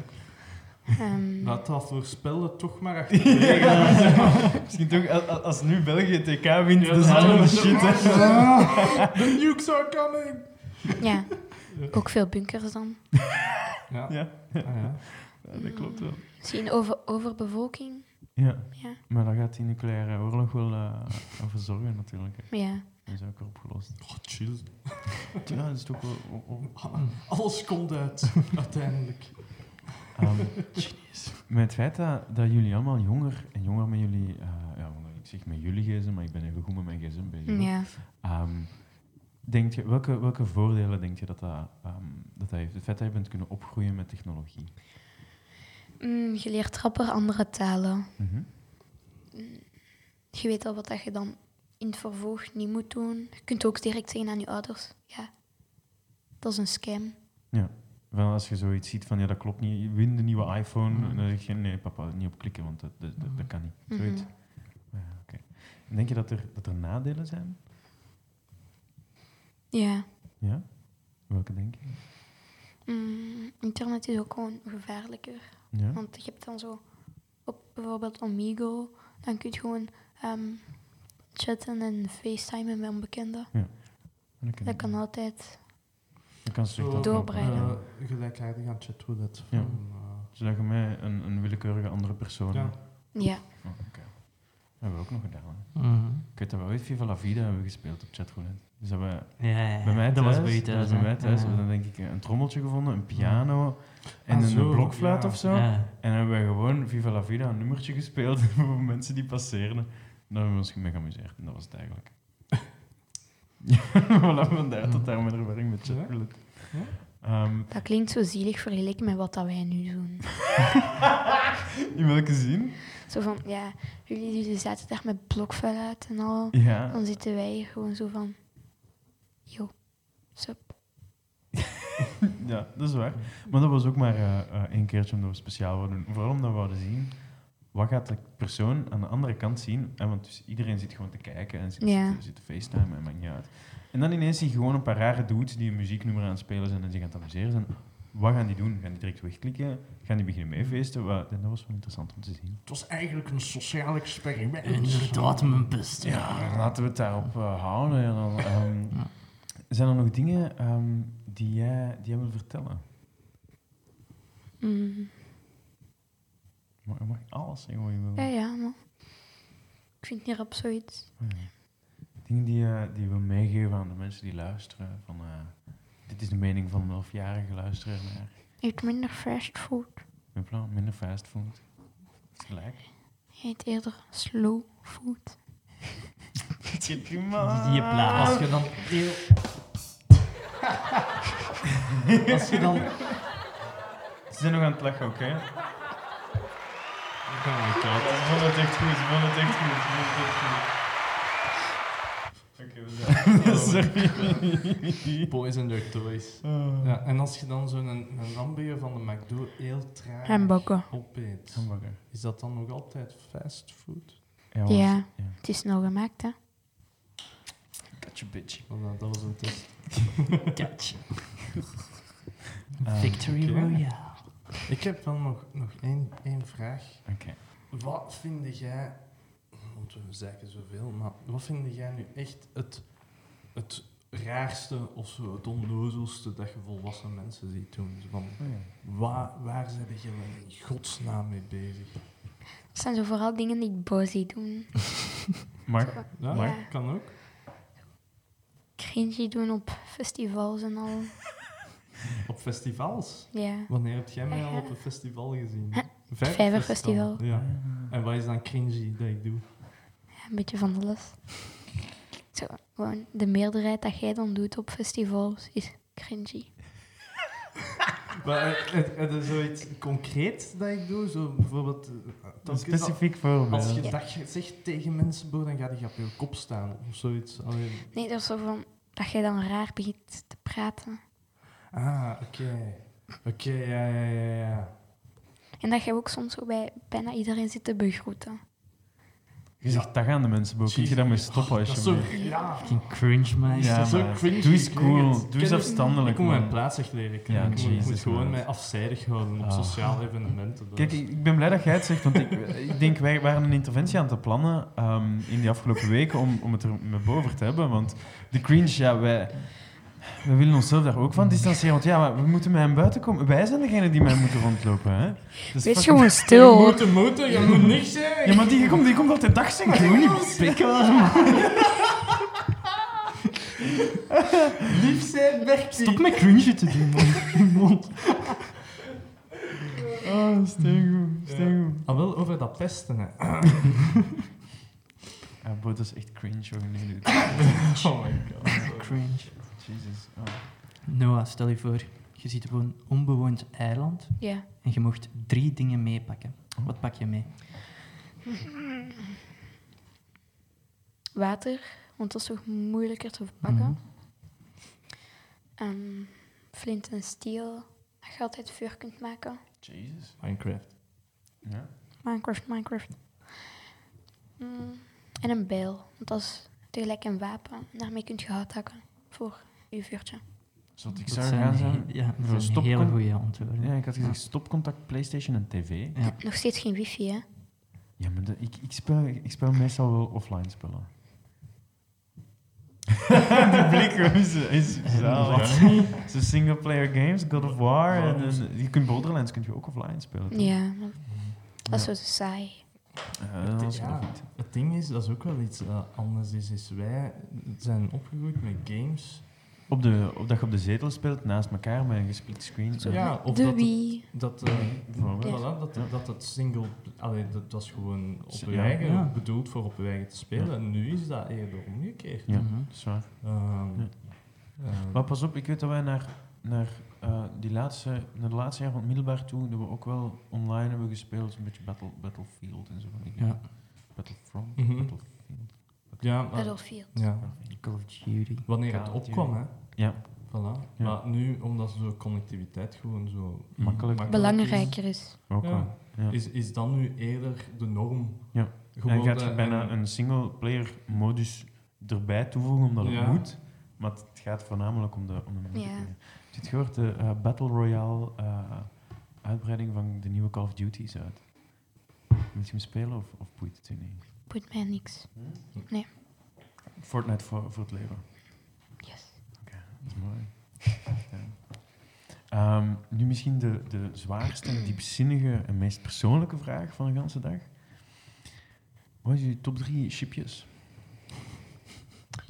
Ehm, Laat dat voorspellen toch maar achterwege. Misschien toch, als, als nu België TK wint, Ja, dan allemaal is het hè? The nukes are coming! Ja. Ook veel bunkers dan. Ja. Ja. Ah, ja. Ja, dat klopt wel. Misschien over, overbevolking. Ja, Ja. maar daar gaat die nucleaire oorlog wel eh over zorgen natuurlijk. hè. Ja. Dat is ook al opgelost. Oh, chill. Ja, dat is toch wel... oh, o- o- Alles komt uit, uiteindelijk. Ehm, met het feit dat, dat jullie allemaal jonger en jonger met jullie... eh, ja, want ik zeg met jullie gsm, maar ik ben even goed met mijn gsm bezig. hoor. Ja. Ehm, denk je, welke, welke voordelen denk je dat dat, ehm, dat dat heeft? Het feit dat je bent kunnen opgroeien met technologie. Mm, je leert rapper andere talen. Mhm. Je weet al wat dat je dan in het vervolg niet moet doen. Je kunt ook direct zeggen aan je ouders. Ja, dat is een scam. Wel, als je zoiets ziet van ja, dat klopt niet, win de nieuwe iPhone, Mhm. en dan zeg je nee, papa, niet op klikken, want dat, dat, dat, dat kan niet. Zoiets. Mhm. Ja, oké. En Denk je dat er, dat er nadelen zijn? Ja. Ja? Welke denk je? Mm, internet is ook gewoon gevaarlijker. Ja? Want je hebt dan zo op bijvoorbeeld Omigo, dan kun je gewoon ehm, chatten en facetimen met onbekenden. Dat kan altijd. dat kan slecht aflopen. doorbreiden. Ja. eh, gelijkaardig aan chatroulette. Ja. Van, eh, Zodat je mij een, een willekeurige andere persoon... Ja. Ja. Oh, oké. Dat hebben we ook nog gedaan. Hè. Mhm. Ik weet dat we ooit Viva la Vida hebben gespeeld op chatroulette. Dus dat we Ja, ja, ja. bij mij dat thuis, was bij je dat thuis. was bij hè? mij thuis Ja. hebben we dan denk ik een trommeltje gevonden, een piano en Ah, een zo, blokfluit ja. of zo. Ja. En hebben we gewoon Viva la Vida een nummertje gespeeld voor mensen die passeerden. En Daar hebben we ons mee geamuseerd en dat was het eigenlijk. Ja, voilà, vandaar tot daar mijn ervaring met chatroulette. Ja? Ehm, Dat klinkt zo zielig vergeleken met wat dat wij nu doen. in welke zin? Zo van, ja, jullie, jullie zaten daar met blokvuil uit en al. Ja. Dan zitten wij hier gewoon zo van, yo, sup. Ja, dat is waar. Maar dat was ook maar eh, eh, één keertje omdat we speciaal wilden doen. Vooral omdat we wilden zien, wat gaat de persoon aan de andere kant zien? En want dus iedereen zit gewoon te kijken en zit, Ja. zit, zit te facetimen en maakt niet uit. En dan ineens zie je gewoon een paar rare dudes die een muzieknummer aan het spelen zijn en zich aan het amuseren zijn. Wat gaan die doen? Gaan die direct wegklikken? Gaan die beginnen meefeesten? Wat- en dat was wel interessant om te zien. Het was eigenlijk een sociaal experiment. Inderdaad, mijn best. Ja, laten we het daarop eh, houden. En dan, ehm, Ja. Zijn er nog dingen ehm, die, jij, die jij wil vertellen? Mm. Mag, mag alles zeggen wat je wil? Ja, ja, man. Ik vind het niet rap zoiets. Ja. Dingen die, eh, die we meegeven aan de mensen die luisteren. Van, eh, dit is de mening van een elfjarige luisteraar naar Eet minder fast food. in plan, minder fastfood. Gelijk. Eet eerder slow food. Je Die plaat. Als je dan Als je dan... Ze zijn nog aan het lachen ook, hè? Oh my Ja, god. ze vonden het echt goed, ze vonden het echt goed. ze vonden het echt goed. Oké, we zijn... Boys and their toys. Oh. Ja, en als je dan zo'n een, een hamburger van de McDo heel traag Hamburger. opeet, Hamburger. is dat dan nog altijd fast food? Ja. Ja. want- ja. Het is nou gemaakt, hè. Gotcha, bitch. Want dat, dat was een test. Dutch. Ehm, Victory oké. Royale. Ik heb wel nog, nog één, één vraag. Oké. Wat vind jij... Want we zeggen zoveel, maar wat vind jij nu echt het, het raarste of zo, het onnozelste dat je volwassen mensen ziet doen? Zo Van, Oh, ja. waar, waar zijn je wel in godsnaam mee bezig? Het zijn zo vooral dingen die ik boos zie doen. Mark? Ja, Ja. kan ook. Cringy doen op festivals en al. Op festivals. Ja. Wanneer heb jij mij Ja. al op een festival gezien? Vijverfestival. Ja. En wat is dan cringy dat ik doe? Ja, Een beetje van alles. Zo, gewoon de meerderheid dat jij dan doet op festivals is cringy. Maar eh, eh, er is zoiets concreet dat ik doe. Zo bijvoorbeeld... eh, telkens dus specifiek al- voorbeeld. Als je Ja. dat ge- zegt tegen mensen, broer, dan gaat die op je kop staan of zoiets. Allee, Nee, dat is zo van dat jij dan raar begint te praten. ah, oké. Oké, ja, ja, ja, ja. En dat jij ook soms zo bij bijna iedereen zit te begroeten. Je zegt dag aan de mensen, Bo. Kun je daarmee stoppen Dat is zo alsjeblieft? raar. Fucking cringe, man. Ja, Ja, dat is maar ook cringy. doe eens Ik weet cool. het. Doe Ken eens je- afstandelijk, Ik moet mijn man. plaats echt Ja, leren kennen. ik moet- Jesus, moet gewoon man. mij afzijdig houden op Ah. sociale evenementen. dus. dat Kijk, is- ik ik ben blij dat jij het zegt, want ik, ik denk, wij waren een interventie aan te plannen ehm, in die afgelopen weken om, om het er met boven te hebben. Want de cringe, ja, wij, wij willen onszelf daar ook van distancieren. Want ja, maar we moeten met hem buiten komen. Wij zijn degene die met hem moeten rondlopen, hè. Dus Wees fucking- gewoon stil. Je hoor. moet de motor, je moet niks zeggen. Ja, maar die komt, die komt altijd dag zeggen. Doe niet pikken, man. Lief zijn, weg Stop met cringe te doen, man. Mond. Oh, steengoed, steengoed. Al Ah, wel over dat pesten, hè. Ja, bro, dat is echt cringe hoor, nee, dude. Oh my god. sorry. Cringe. Jesus. Oh. Noah, stel je voor, je zit op een onbewoond eiland Ja. en je mocht drie dingen meepakken. Oh. Wat pak je mee? Mhm. Water, want dat is toch moeilijker te verpakken. Mhm. Ehm, flint en steel. Dat je altijd vuur kunt maken. Jezus. Ah, Minecraft. Ja. Minecraft, Minecraft. Mm, En een bijl. Want dat is tegelijk een wapen. En daarmee kunt je hout hakken voor je vuurtje. Zult ik Dat zou zijn, gaan he- zijn? ja, dat Voor zijn stopcon- hele goede antwoorden. Ja, ik had gezegd stopcontact, PlayStation en TV. Ja. Nog steeds geen wifi, hè? Ja, maar de- ik, ik, speel, ik speel meestal wel offline spullen. Die blik is, is zalig. Het is single-player games, God of War. En, en- je kunt Borderlands kunt je ook offline spelen. toch? Ja, maar dat is Ja. zo te saai. Ja, dat is Ja. wel goed. Het ding is, dat is ook wel iets eh, anders. Is, is wij zijn opgegroeid met games. Op de, op dat je op de zetel speelt naast elkaar met een gesplit screen. Zo. Ja. Ja, of de dat- Wii. Dat, eh, Bijvoorbeeld. Ja. voilà, dat, dat het single... Allee, dat was gewoon op Ja. je eigen, Ja. bedoeld voor op je eigen te spelen. Ja. En nu is dat eerder omgekeerd. Ja. Mhm. dat is waar. Ehm, Ja. ehm, Maar pas op, ik weet dat wij naar, naar, eh, die laatste, naar de laatste jaar van het middelbaar toe, dat we ook wel online hebben gespeeld, een beetje battle, Battlefield en zo van die dingen. Ja. Battlefront, Mhm. Battlefield. ja, maar- Battlefield. ja, Call of Duty. wanneer het Call of opkwam, Duty. hè. Ja. Voilà. Ja. Maar nu, omdat zo connectiviteit gewoon zo Makkelijk. Belangrijker is. Ook Ja. wel. Ja. is, is dat nu eerder de norm. Ja. En je gaat eh, er bijna een single-player modus erbij toevoegen, omdat het Ja. moet. Maar het gaat voornamelijk om de, om de Ja. multiplayer. Heb je het gehoord? De eh, Battle Royale eh, uitbreiding van de nieuwe Call of Duty is uit. Moet je hem spelen of, of boeit het u niet? Boeit mij niks. Fortnite voor, voor het leven. Yes. Dat is mooi. Ja. Ehm, nu misschien de, de zwaarste, en diepzinnige en meest persoonlijke vraag van de ganse dag. Wat is je top drie chipjes?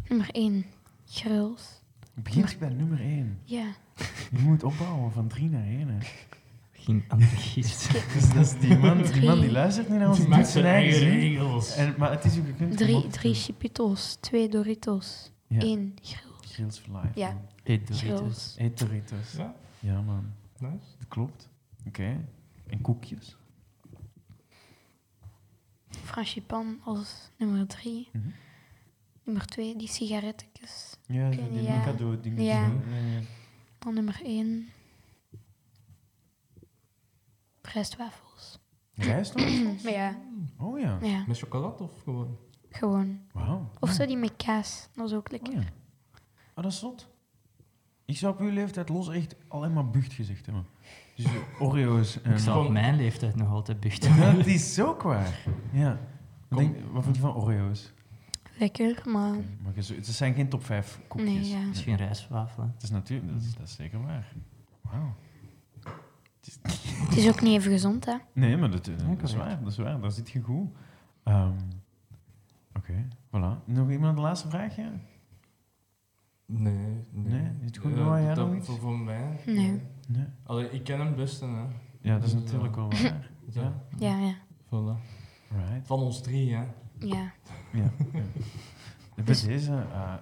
Nummer 1. Grills. Begint bij nummer 1. Ja. Je moet opbouwen van 3 naar 1. Geen andere gift. Dus dat is die man, die man die Drie. luistert niet naar ons, die doet zijn eigen zin. En, maar het is ook, je kunt Drie, hem drie opdoen. Chipitos. Twee Doritos. Ja. Eén Grills. Grills for life. Ja. man. Eet Doritos. Grills. Eet Doritos. Ja, Ja, man. nice. Dat klopt. Oké. En koekjes? Franchipan als nummer drie. Mhm. Nummer twee, die sigarettetjes. Ja, zo die Ja. cadeau dingetjes. Ja. ja. Dan nummer één. Rijstwafels. Rijstwafels? Maar ja, Oh ja. ja, Met chocolade of gewoon? gewoon. Wauw. Of zo die met kaas. Dat is ook Oh, lekker. ja. Ah, dat is zot. Ik zou op uw leeftijd los echt alleen maar bucht gezegd hebben. Dus eh, Oreo's en... Ik zal op Gewoon- mijn leeftijd nog altijd buchten. Ja, dat is zo kwaar. Ja. Wat, denk, wat vond je van Oreo's? Lekker, maar Oké, Maar je zo- het zijn geen top 5 koekjes. nee, ja. Misschien rijstwafelen. Het is natuurlijk... Dat is, dat is zeker waar. Wauw. Het is- Het is ook niet even gezond, hè. Nee, maar dat, eh, dat is correct. waar. Dat is waar. Daar zit je goed. Ehm, Oké, voilà. Nog iemand de laatste vraag, ja? Nee, nee. Nee, is het goed, Eh, Noah, jij dat- nog iets? Voor, voor mij? Nee. Nee. Allee, ik ken hem best, hè. Ja, dat is Dus, natuurlijk eh, wel waar. Ja. Ja. Ja, ja. Voilà. Right. Van ons drie, hè. Ja. Ja. ja. Bij deze, eh, eh,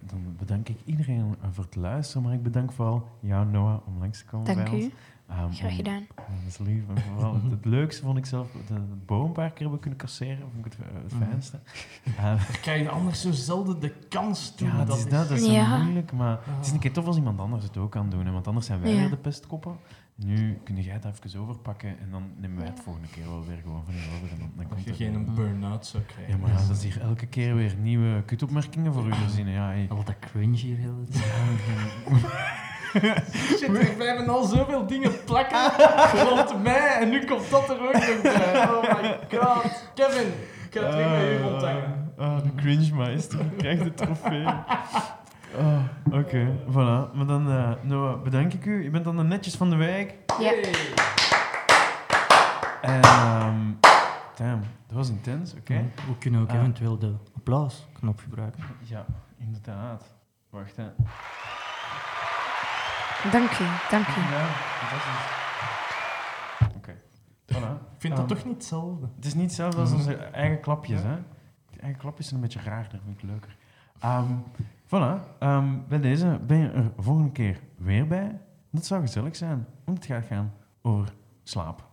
dan bedank ik iedereen eh, voor het luisteren, maar ik bedank vooral jou, Noah, om langs te komen Dank bij ons. u. Ehm, om- Graag gedaan. Dat is lief. En vooral het, het leukste vond ik zelf dat we het boompark hebben kunnen kasseren. Vond ik het, eh, het Mhm. fijnste. Eh, Daar krijg je anders zo zelden de kans toe. ja, dat is, dat, dat is Ja. zo moeilijk, maar het is een keer tof als iemand anders het ook kan doen. hè, Want anders zijn wij Ja. weer de pestkoppen. Nu kun jij het even overpakken en dan nemen wij het Ja. volgende keer wel weer gewoon van je over. En dan, dan Dat komt je het geen wel. burn-out zou krijgen. Ja, maar ja, dat is hier elke keer weer nieuwe kutopmerkingen voor u verzinnen. Ja, hey. Al dat cringe hier heel de tijd. Shit, we hebben al zoveel dingen plakken rond mij en nu komt dat er ook nog bij. Oh my god. Kevin, ik ga het weer bij u rondhangen. Ah, de cringe maestro krijgt de trofee. Ah, Oké, voilà. Maar dan, eh, Noah, bedank ik u. Je bent dan de netjes van de wijk. Ja. Hey. En, ehm damn, dat was intens, oké. We kunnen ook Ah. eventueel de applausknop gebruiken. Ja, inderdaad. Wacht, hè. Dank u, dank u. Ja, fantastisch. Oké, voilà. Ik vind dat Ehm, toch niet hetzelfde? Het is niet hetzelfde als onze eigen klapjes, hè. De eigen klapjes zijn een beetje raarder, vind ik leuker. Ehm voilà, ehm, bij deze ben je er volgende keer weer bij. Dat zou gezellig zijn, want het gaat gaan over slaap.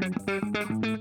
Thank